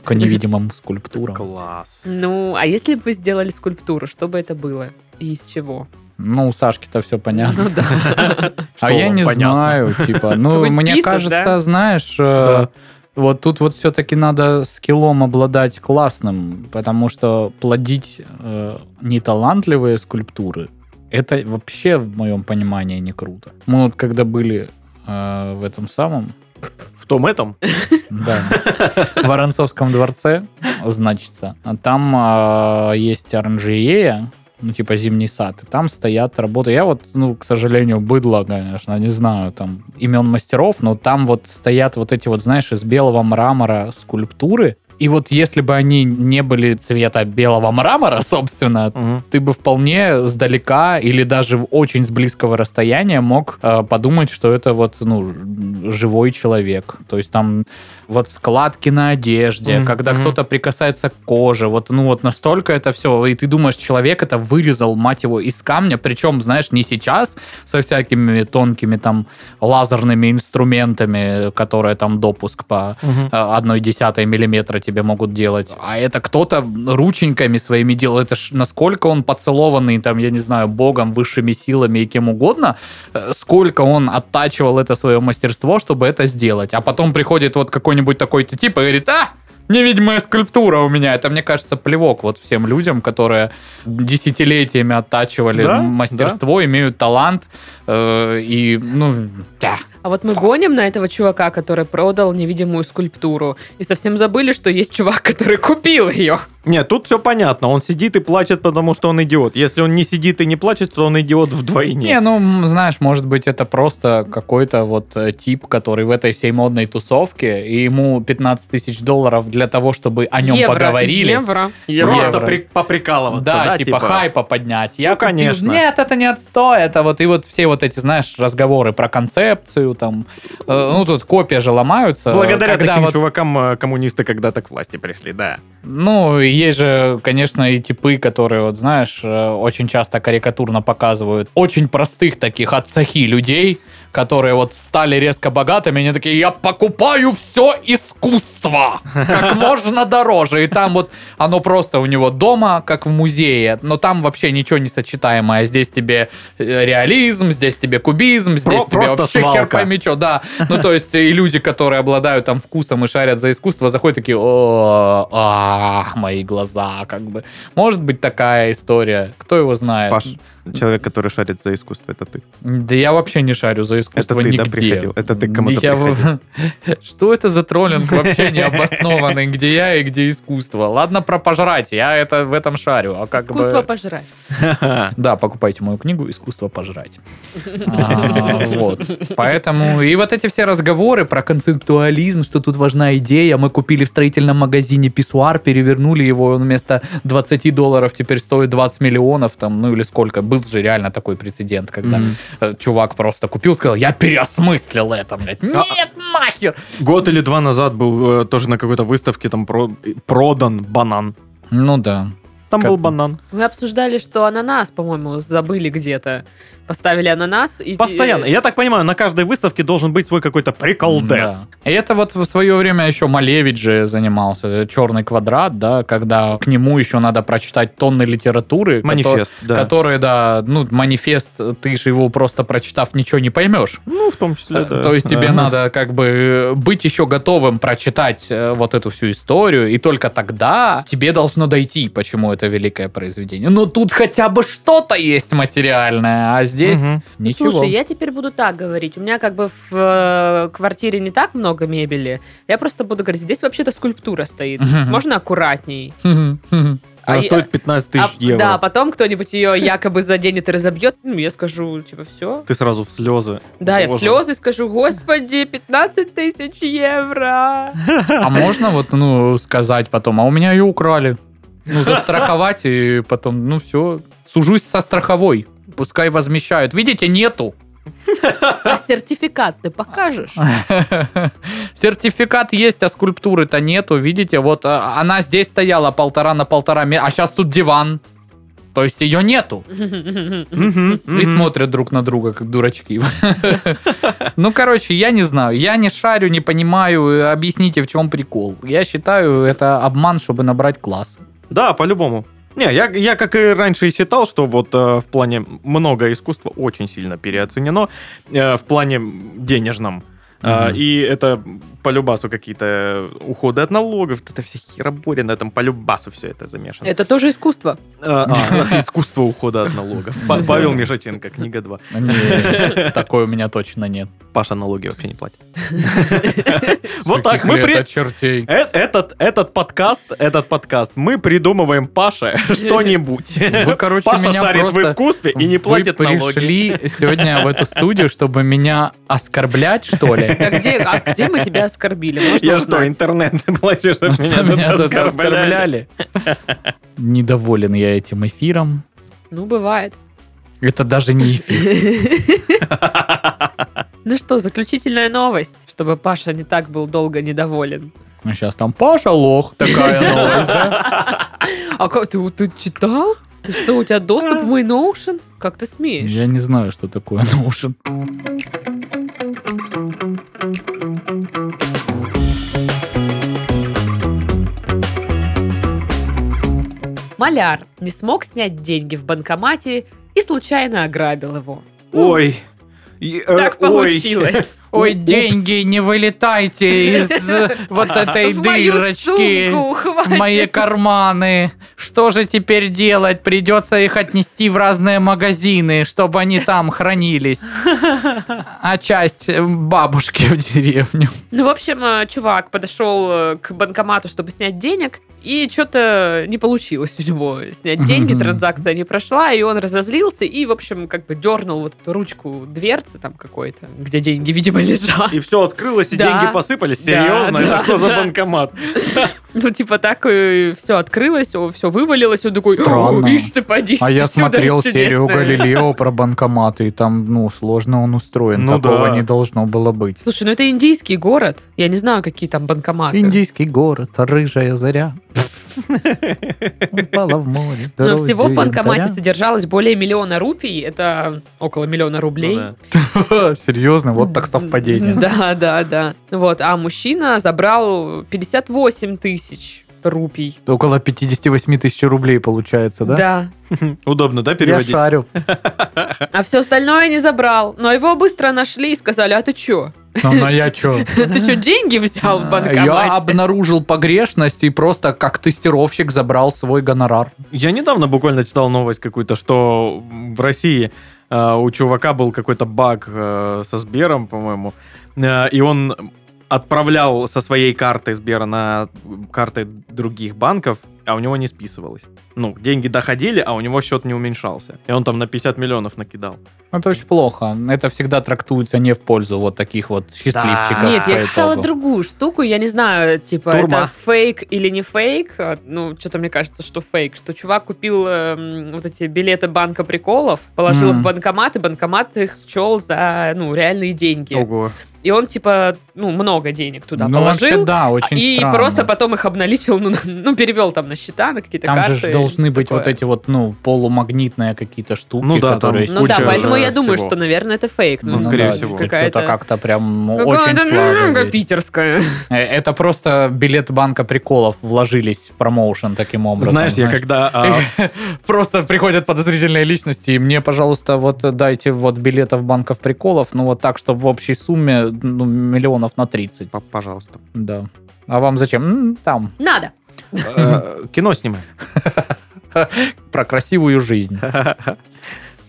Speaker 2: К невидимым скульптурам.
Speaker 3: Класс.
Speaker 1: Ну, а если бы вы сделали скульптуру, что бы это было? И из чего?
Speaker 2: Ну, у Сашки-то все понятно.
Speaker 1: Ну да.
Speaker 2: А я
Speaker 3: вам
Speaker 2: не
Speaker 3: понятно?
Speaker 2: знаю, типа, ну,
Speaker 1: Какой-нибудь
Speaker 2: мне
Speaker 1: писец,
Speaker 2: кажется,
Speaker 1: да?
Speaker 2: знаешь,
Speaker 3: Да.
Speaker 2: э, вот тут вот все-таки надо скиллом обладать классным, потому что плодить э, неталантливые скульптуры, это вообще, в моем понимании, не круто. Мы вот когда были э, в этом самом,
Speaker 3: В том этом?
Speaker 2: да, в Воронцовском дворце, значится, а там э, есть оранжерея, ну, типа зимний сад, и там стоят работы. Я вот, ну, к сожалению, быдло, конечно, не знаю там имен мастеров, но там вот стоят вот эти вот, знаешь, из белого мрамора скульптуры, И вот если бы они не были цвета белого мрамора, собственно,
Speaker 3: Мгм.
Speaker 2: ты бы вполне сдалека или даже в очень с близкого расстояния мог э, подумать, что это вот ну ж- живой человек. То есть там вот складки на одежде,
Speaker 3: Мгм,
Speaker 2: когда
Speaker 3: мгм.
Speaker 2: кто-то прикасается к коже, вот ну вот настолько это все, и ты думаешь, человек это вырезал мать его из камня, причем знаешь не сейчас со всякими тонкими там лазерными инструментами, которые там допуск по
Speaker 3: Мгм.
Speaker 2: э, одной десятой миллиметра тебе могут делать. А это кто-то рученьками своими делал. Это ж насколько он поцелованный, там, я не знаю, богом, высшими силами и кем угодно, э, сколько он оттачивал это свое мастерство, чтобы это сделать. А потом приходит вот какой-нибудь такой-то тип и говорит, а, невидимая скульптура у меня. Это, мне кажется, плевок вот всем людям, которые десятилетиями оттачивали
Speaker 3: Да,
Speaker 2: мастерство, имеют талант. э, и, ну, да.
Speaker 1: А вот мы гоним на этого чувака, который продал невидимую скульптуру. И совсем забыли, что есть чувак, который купил ее.
Speaker 3: Нет, тут все понятно. Он сидит и плачет, потому что он идиот. Если он не сидит и не плачет, то он идиот вдвойне.
Speaker 2: Не, ну, м, знаешь, может быть, это просто какой-то вот э, тип, который в этой всей модной тусовке, и ему 15 тысяч долларов для того, чтобы о нем
Speaker 1: Евро,
Speaker 2: поговорили.
Speaker 1: Евро.
Speaker 3: Просто
Speaker 2: евро.
Speaker 3: при- поприкалываться.
Speaker 2: Да, типа, хайпа поднять. Я
Speaker 3: Ну,
Speaker 2: купил.
Speaker 3: конечно.
Speaker 2: Нет, это не отстой, это вот и вот все вот эти, знаешь, разговоры про концепцию, там, э, ну тут копия же ломаются.
Speaker 3: Благодаря
Speaker 2: когда
Speaker 3: таким
Speaker 2: вот
Speaker 3: чувакам э, коммунисты когда-то к власти пришли, да.
Speaker 2: Ну, есть же, конечно, и типы, которые, вот знаешь, э, очень часто карикатурно показывают очень простых таких отцахи людей, которые вот стали резко богатыми, и они такие, я покупаю все искусство, как можно дороже. И там вот оно просто у него дома, как в музее, но там вообще ничего не сочетаемое. Здесь тебе э, реализм, здесь тебе кубизм, здесь тебе
Speaker 3: просто
Speaker 2: вообще хер
Speaker 3: свалка.
Speaker 2: пойми что, да. Ну, то есть, и люди, которые обладают там вкусом и шарят за искусство, заходят такие, о, ах, мои глаза, как бы. Может быть такая история, кто его знает.
Speaker 3: Паш, человек, который шарит за искусство, это ты.
Speaker 2: Да я вообще не шарю за искусство
Speaker 3: Это ты,
Speaker 2: нигде.
Speaker 3: да, приходил? Это ты к кому-то
Speaker 2: Я в- Что это за троллинг вообще необоснованный, где я и где искусство? Ладно, про пожрать, я это в этом шарю, а как
Speaker 1: Искусство
Speaker 2: бы...
Speaker 1: пожрать.
Speaker 2: Да, покупайте мою книгу «Искусство пожрать». А, Вот. Поэтому и вот эти все разговоры про концептуализм, что тут важна идея, мы купили в строительном магазине писсуар, перевернули его, он вместо 20 долларов теперь стоит 20 миллионов, там, ну или сколько. Был же реально такой прецедент, когда
Speaker 3: Мгм.
Speaker 2: э, чувак просто купил, сказал, я переосмыслил это, блядь. А, Нет, нахер!
Speaker 3: Год или два назад был э, тоже на какой-то выставке там про- продан банан.
Speaker 2: Ну да.
Speaker 3: Там
Speaker 2: Как-
Speaker 3: был банан.
Speaker 1: Мы обсуждали, что ананас, по-моему, забыли где-то. Поставили ананас и...
Speaker 3: Постоянно. Я так понимаю, на каждой выставке должен быть свой какой-то приколдес.
Speaker 2: Да. И это вот в свое время еще Малевич же занимался, черный квадрат, да, когда к нему еще надо прочитать тонны литературы. кото-
Speaker 3: Манифест, да.
Speaker 2: Которые, да, ну, манифест, ты же его просто прочитав, ничего не поймешь.
Speaker 3: Ну, в том числе,
Speaker 2: Э,
Speaker 3: да.
Speaker 2: То есть тебе
Speaker 3: Ага.
Speaker 2: надо как бы э, быть еще готовым прочитать э, вот эту всю историю, и только тогда тебе должно дойти, почему это великое произведение. Но тут хотя бы что-то есть материальное, а здесь
Speaker 3: Мгм.
Speaker 2: ничего.
Speaker 1: Слушай, я теперь буду так говорить. У меня как бы в э, квартире не так много мебели. Я просто буду говорить, здесь вообще-то скульптура стоит.
Speaker 2: Мгм.
Speaker 1: Можно аккуратней.
Speaker 2: Мгм, мгм.
Speaker 1: А
Speaker 3: Она
Speaker 1: я-
Speaker 3: стоит 15 тысяч
Speaker 1: А,
Speaker 3: евро.
Speaker 1: Да, потом кто-нибудь ее якобы заденет и разобьет. Ну, я скажу, типа, все.
Speaker 3: Ты сразу в слезы.
Speaker 1: Да, я в
Speaker 3: Боже.
Speaker 1: слезы скажу, господи, 15 тысяч евро.
Speaker 2: А можно вот, ну, сказать потом, а у меня ее украли. Ну, застраховать и потом, ну, все. Сужусь со страховой. Пускай возмещают. Видите, нету.
Speaker 1: А сертификат ты покажешь?
Speaker 2: Сертификат есть, а скульптуры-то нету. Видите, вот э, она здесь стояла полтора на полтора метра, а сейчас тут диван. То есть ее нету.
Speaker 3: Мгм,
Speaker 2: И
Speaker 3: мгм.
Speaker 2: смотрят друг на друга, как дурачки. Ну, короче, я не знаю. Я не шарю, не понимаю. Объясните, в чем прикол. Я считаю, это обман, чтобы набрать класс.
Speaker 3: Да, по-любому. Не, я, я как и раньше и считал, что вот э, в плане много искусства очень сильно переоценено э, в плане денежном. Э,
Speaker 2: Мгм.
Speaker 3: и это по любасу какие-то э, уходы от налогов, это вся херобория на этом по любасу все это замешано.
Speaker 1: Это тоже искусство.
Speaker 3: Э, а, искусство ухода от налогов. Па- Павел Мишаченко, книга 2.
Speaker 2: Не, Такой у меня точно нет.
Speaker 3: Паша налоги вообще не платит. Вот так мы
Speaker 2: Таких лет
Speaker 3: при...
Speaker 2: от чертей.
Speaker 3: Э- Этот, этот подкаст, этот подкаст, мы придумываем Паше что-нибудь.
Speaker 2: Вы, короче,
Speaker 3: Паша
Speaker 2: меня
Speaker 3: шарит в
Speaker 2: просто...
Speaker 3: искусстве и не платит
Speaker 2: Вы
Speaker 3: налоги.
Speaker 2: пришли сегодня в эту студию, чтобы меня оскорблять, что ли?
Speaker 1: А где, а где мы тебя оскорбили? Можно
Speaker 3: Я что,
Speaker 1: узнать?
Speaker 3: интернет плачешь от меня? тут
Speaker 2: Меня тут
Speaker 3: оскорбляли.
Speaker 2: оскорбляли. Недоволен я этим эфиром.
Speaker 1: Ну, бывает.
Speaker 2: Это даже не эфир.
Speaker 1: Ну что, заключительная новость, чтобы Паша не так был долго недоволен.
Speaker 2: Сейчас Ну, там Паша лох, такая новость, да?
Speaker 1: А как ты, ты читал? Ты что, у тебя доступ в мой Notion? Как ты смеешь?
Speaker 2: Я не знаю, что такое Notion.
Speaker 1: Маляр не смог снять деньги в банкомате и случайно ограбил его.
Speaker 3: Ой. И, э,
Speaker 1: Так
Speaker 3: ой.
Speaker 1: получилось.
Speaker 2: Ой,
Speaker 3: Упс.
Speaker 2: деньги, не вылетайте из э, вот этой
Speaker 1: В мою
Speaker 2: дырочки.
Speaker 1: сумку, хватит.
Speaker 2: Мои карманы. Что же теперь делать? Придется их отнести в разные магазины, чтобы они там хранились. А часть э, бабушки в деревню.
Speaker 1: Ну, в общем, э, чувак подошел э, к банкомату, чтобы снять денег, и что-то не получилось у него снять деньги,
Speaker 2: Мгм.
Speaker 1: транзакция не прошла, и он разозлился и, в общем, как бы дернул вот эту ручку дверцы там какой-то, где деньги, видимо, лежат.
Speaker 3: И все открылось, и
Speaker 1: Да.
Speaker 3: деньги посыпались.
Speaker 1: Да,
Speaker 3: Серьезно?
Speaker 1: да,
Speaker 3: Это что за
Speaker 1: да.
Speaker 3: банкомат?
Speaker 1: Ну, типа, так все открылось, все вывалилось, он такой,
Speaker 2: Странно.
Speaker 1: «О, ишь ты, поди,
Speaker 2: А я
Speaker 1: чудо
Speaker 2: смотрел
Speaker 1: чудесное».
Speaker 2: серию Галилео про банкоматы, и там, ну, сложно он устроен.
Speaker 3: Ну
Speaker 2: Такого
Speaker 3: да.
Speaker 2: не должно было быть.
Speaker 1: Слушай, ну это индийский город. Я не знаю, какие там банкоматы.
Speaker 2: Индийский город, рыжая заря. Упала в море.
Speaker 1: Но Ну, всего в
Speaker 2: дождь
Speaker 1: банкомате
Speaker 2: янтаря.
Speaker 1: содержалось более миллиона рупий. Это около миллиона рублей.
Speaker 3: Ну да.
Speaker 2: Серьезно, вот так совпадение.
Speaker 1: Да, да, да. Вот, а мужчина забрал 58 тысяч рупий.
Speaker 2: Около 58 тысяч рублей получается, да?
Speaker 3: Удобно, да,
Speaker 2: Я
Speaker 3: переводить?
Speaker 2: шарю.
Speaker 1: А все остальное не забрал. Но его быстро нашли и сказали, а ты чё?
Speaker 2: Ну, ну, я чё?
Speaker 1: Ты чё, деньги взял
Speaker 2: А,
Speaker 1: в
Speaker 2: Я
Speaker 1: банкомате?
Speaker 2: обнаружил погрешность и просто как тестировщик забрал свой гонорар.
Speaker 3: Я недавно буквально читал новость какую-то, что в России э, у чувака был какой-то баг э, со Сбером, по-моему, Э, и он отправлял со своей карты Сбера на карты других банков, а у него не списывалось. Ну, деньги доходили, а у него счет не уменьшался. И он там на 50 миллионов накидал.
Speaker 2: Это очень плохо. Это всегда трактуется не в пользу вот таких вот счастливчиков.
Speaker 1: Нет,
Speaker 2: по
Speaker 1: я читала
Speaker 2: итогу.
Speaker 1: другую штуку, я не знаю, типа,
Speaker 3: Турма.
Speaker 1: это фейк или не фейк. А, Ну, что-то мне кажется, что фейк. Что чувак купил эм, вот эти билеты банка приколов, положил их
Speaker 2: Мгм.
Speaker 1: в банкомат, и банкомат их счел за, ну, реальные деньги.
Speaker 3: Ого.
Speaker 1: И он, типа, ну, много денег туда
Speaker 2: Ну, вообще,
Speaker 1: положил.
Speaker 2: да, очень
Speaker 1: и
Speaker 2: странно.
Speaker 1: просто потом их обналичил, ну, на- ну, перевел там на счета, на какие-то
Speaker 2: Там
Speaker 1: карты.
Speaker 2: же ж должны
Speaker 1: что-то
Speaker 2: быть вот
Speaker 1: такое.
Speaker 2: эти вот, ну, полумагнитные какие-то штуки,
Speaker 3: Ну да, там
Speaker 2: которые...
Speaker 1: Ну да,
Speaker 3: куча
Speaker 1: поэтому
Speaker 3: же
Speaker 1: я думаю,
Speaker 3: всего.
Speaker 1: что, наверное, это фейк.
Speaker 3: Ну, скорее
Speaker 2: да,
Speaker 3: всего.
Speaker 1: Какая-то...
Speaker 2: Что-то как-то прям ну,
Speaker 1: какая-то
Speaker 2: очень сложно.
Speaker 1: м-м,
Speaker 2: верить.
Speaker 1: питерская.
Speaker 2: Э, Это просто билет банка приколов вложились в промоушен таким образом.
Speaker 3: Знаешь, я когда... а,
Speaker 2: Просто приходят подозрительные личности, и мне, пожалуйста, вот э, дайте вот билетов банков приколов, ну вот так, чтобы в общей сумме ну, миллионов на 30,
Speaker 3: п- Пожалуйста.
Speaker 2: да. А вам зачем? М, Там,
Speaker 1: Надо.
Speaker 3: Э, Кино снимай.
Speaker 2: про красивую жизнь. А,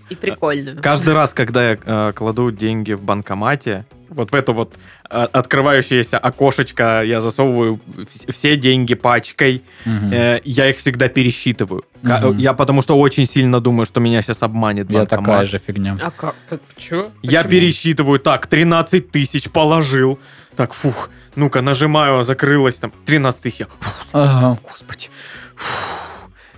Speaker 1: И прикольную.
Speaker 3: Каждый раз, когда я э, кладу деньги в банкомате, вот в эту вот э, открывающееся окошечко я засовываю вс- все деньги пачкой,
Speaker 2: Мгм.
Speaker 3: э, я их всегда пересчитываю. Ка-
Speaker 2: Мгм.
Speaker 3: Я потому что очень сильно думаю, что меня сейчас обманет
Speaker 2: Я
Speaker 3: банкомат.
Speaker 2: такая же фигня.
Speaker 1: А как? П- чё?
Speaker 3: Я
Speaker 1: Почему?
Speaker 3: пересчитываю, так, 13 тысяч положил, так, фух, ну-ка, нажимаю, а закрылось там, 13 тысяч, я, фух,
Speaker 2: Ага.
Speaker 3: господи, фух.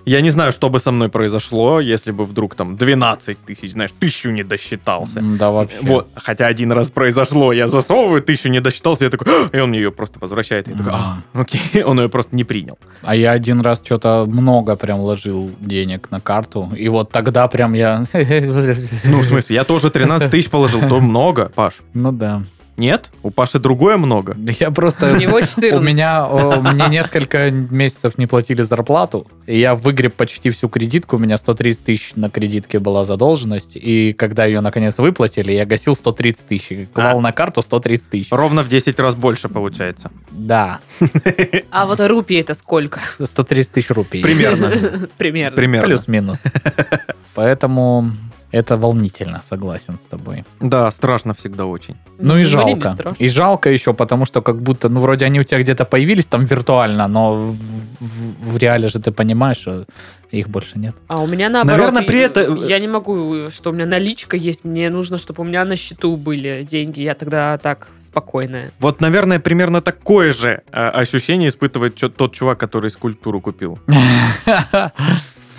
Speaker 3: Я не знаю, что бы со мной произошло, если бы вдруг там 12 тысяч, знаешь, тысячу не досчитался.
Speaker 2: М, Да вообще.
Speaker 3: Вот, хотя один раз произошло, я засовываю тысячу, не досчитался, я такой, «А!» и он мне ее просто возвращает. Я такой, а, окей, он ее просто не принял.
Speaker 2: А я один раз что-то много прям ложил денег на карту, и вот тогда прям я...
Speaker 3: Ну, в смысле, я тоже 13 тысяч положил, то много, Паш.
Speaker 2: Ну да.
Speaker 3: Нет? У Паши другое много.
Speaker 2: Я просто...
Speaker 1: У него 14.
Speaker 2: Э, У меня, о, мне несколько месяцев не платили зарплату, и я выгреб почти всю кредитку, у меня 130 тысяч на кредитке была задолженность, и когда ее наконец выплатили, я гасил 130 тысяч, и клал
Speaker 1: А.
Speaker 2: на карту 130 тысяч.
Speaker 3: Ровно в 10 раз больше получается.
Speaker 2: Да,
Speaker 1: А вот рупий это сколько?
Speaker 2: 130 тысяч рупий.
Speaker 3: Примерно.
Speaker 1: Примерно.
Speaker 3: Примерно.
Speaker 2: Плюс-минус. Поэтому Это волнительно, согласен с тобой.
Speaker 3: Да, страшно всегда очень.
Speaker 2: Ну и
Speaker 1: Мне не
Speaker 2: жалко.
Speaker 1: страшно.
Speaker 2: И жалко еще, потому что как будто, ну, вроде они у тебя где-то появились там виртуально, но в, в- в реале же ты понимаешь, что их больше нет.
Speaker 1: А у меня наоборот.
Speaker 3: Наверное,
Speaker 1: и-
Speaker 3: при это-
Speaker 1: Я не могу, что у меня наличка есть, мне нужно, чтобы у меня на счету были деньги. Я тогда так спокойная.
Speaker 3: Вот, наверное, примерно такое же э, ощущение испытывает чё- тот чувак, который скульптуру купил.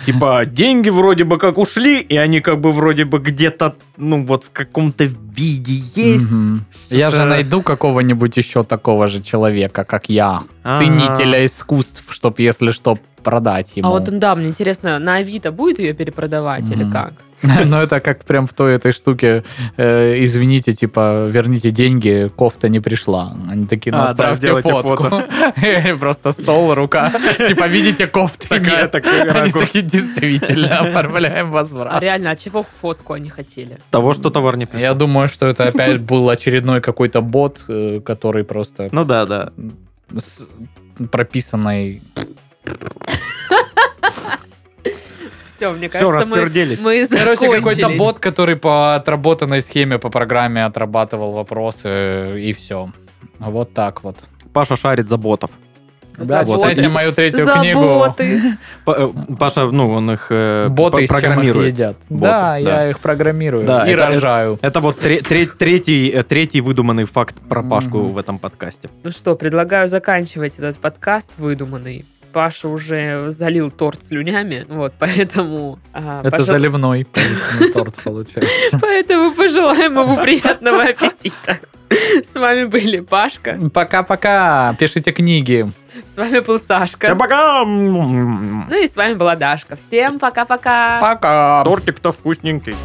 Speaker 3: Типа, деньги вроде бы как ушли, и они как бы вроде бы где-то, ну вот в каком-то виде есть.
Speaker 2: Мгм. Я же
Speaker 3: Что-то-
Speaker 2: найду какого-нибудь еще такого же человека, как я,
Speaker 3: А.
Speaker 2: ценителя искусств, чтоб, если что, продать ему.
Speaker 1: А вот да, мне интересно, на Авито будет ее перепродавать или
Speaker 2: Мгм.
Speaker 1: как?
Speaker 2: Но это как прям в той этой штуке, э, извините, типа, верните деньги, кофта не пришла. Они такие, ну
Speaker 3: А, да,
Speaker 2: отправьте
Speaker 3: сделайте
Speaker 2: фотку.
Speaker 3: фото.
Speaker 2: Просто стол, рука. Типа, видите, кофты
Speaker 3: Такая,
Speaker 2: нет.
Speaker 3: такой
Speaker 2: Они
Speaker 3: ракурс.
Speaker 2: такие, действительно, оформляем
Speaker 1: А
Speaker 2: возврат.
Speaker 1: реально, а чего фотку они хотели?
Speaker 3: Того, что товар не пришел.
Speaker 2: Я думаю, что это опять был очередной какой-то бот, э, который просто
Speaker 3: Ну да, да. Ну.
Speaker 2: с прописанной...
Speaker 1: Все, мне
Speaker 3: Все,
Speaker 1: кажется, мы,
Speaker 3: расперделись.
Speaker 1: мы
Speaker 2: Короче, какой-то
Speaker 1: закончились.
Speaker 2: бот, который по отработанной схеме, по программе отрабатывал вопросы и все. Вот так вот.
Speaker 3: Паша шарит за ботов.
Speaker 2: Да,
Speaker 1: Заботы.
Speaker 2: читайте мою третью книгу.
Speaker 1: Заботы.
Speaker 3: Па- э, Паша, ну, он их э,
Speaker 2: Боты
Speaker 3: п-
Speaker 2: из чем их
Speaker 3: программирует.
Speaker 2: едят.
Speaker 3: Боты,
Speaker 2: да,
Speaker 3: да.
Speaker 2: я их программирую
Speaker 3: Да,
Speaker 2: и
Speaker 3: это-
Speaker 2: рожаю.
Speaker 3: Это вот тре- тре- третий, э, третий выдуманный факт про Пашку
Speaker 2: Мгм.
Speaker 3: в этом подкасте.
Speaker 1: Ну что, предлагаю заканчивать этот подкаст выдуманный. Паша уже залил торт слюнями, вот, поэтому... а,
Speaker 2: Это
Speaker 1: пожел-
Speaker 2: заливной поэтому торт получается.
Speaker 1: Поэтому пожелаем ему приятного аппетита. С вами были Пашка,
Speaker 2: Пока-пока. Пишите книги.
Speaker 1: с вами был
Speaker 3: Всем
Speaker 1: Сашка,
Speaker 3: пока! М-м-м.
Speaker 1: ну и с вами была Дашка. Всем пока-пока!
Speaker 2: Пока.
Speaker 3: Тортик-то вкусненький.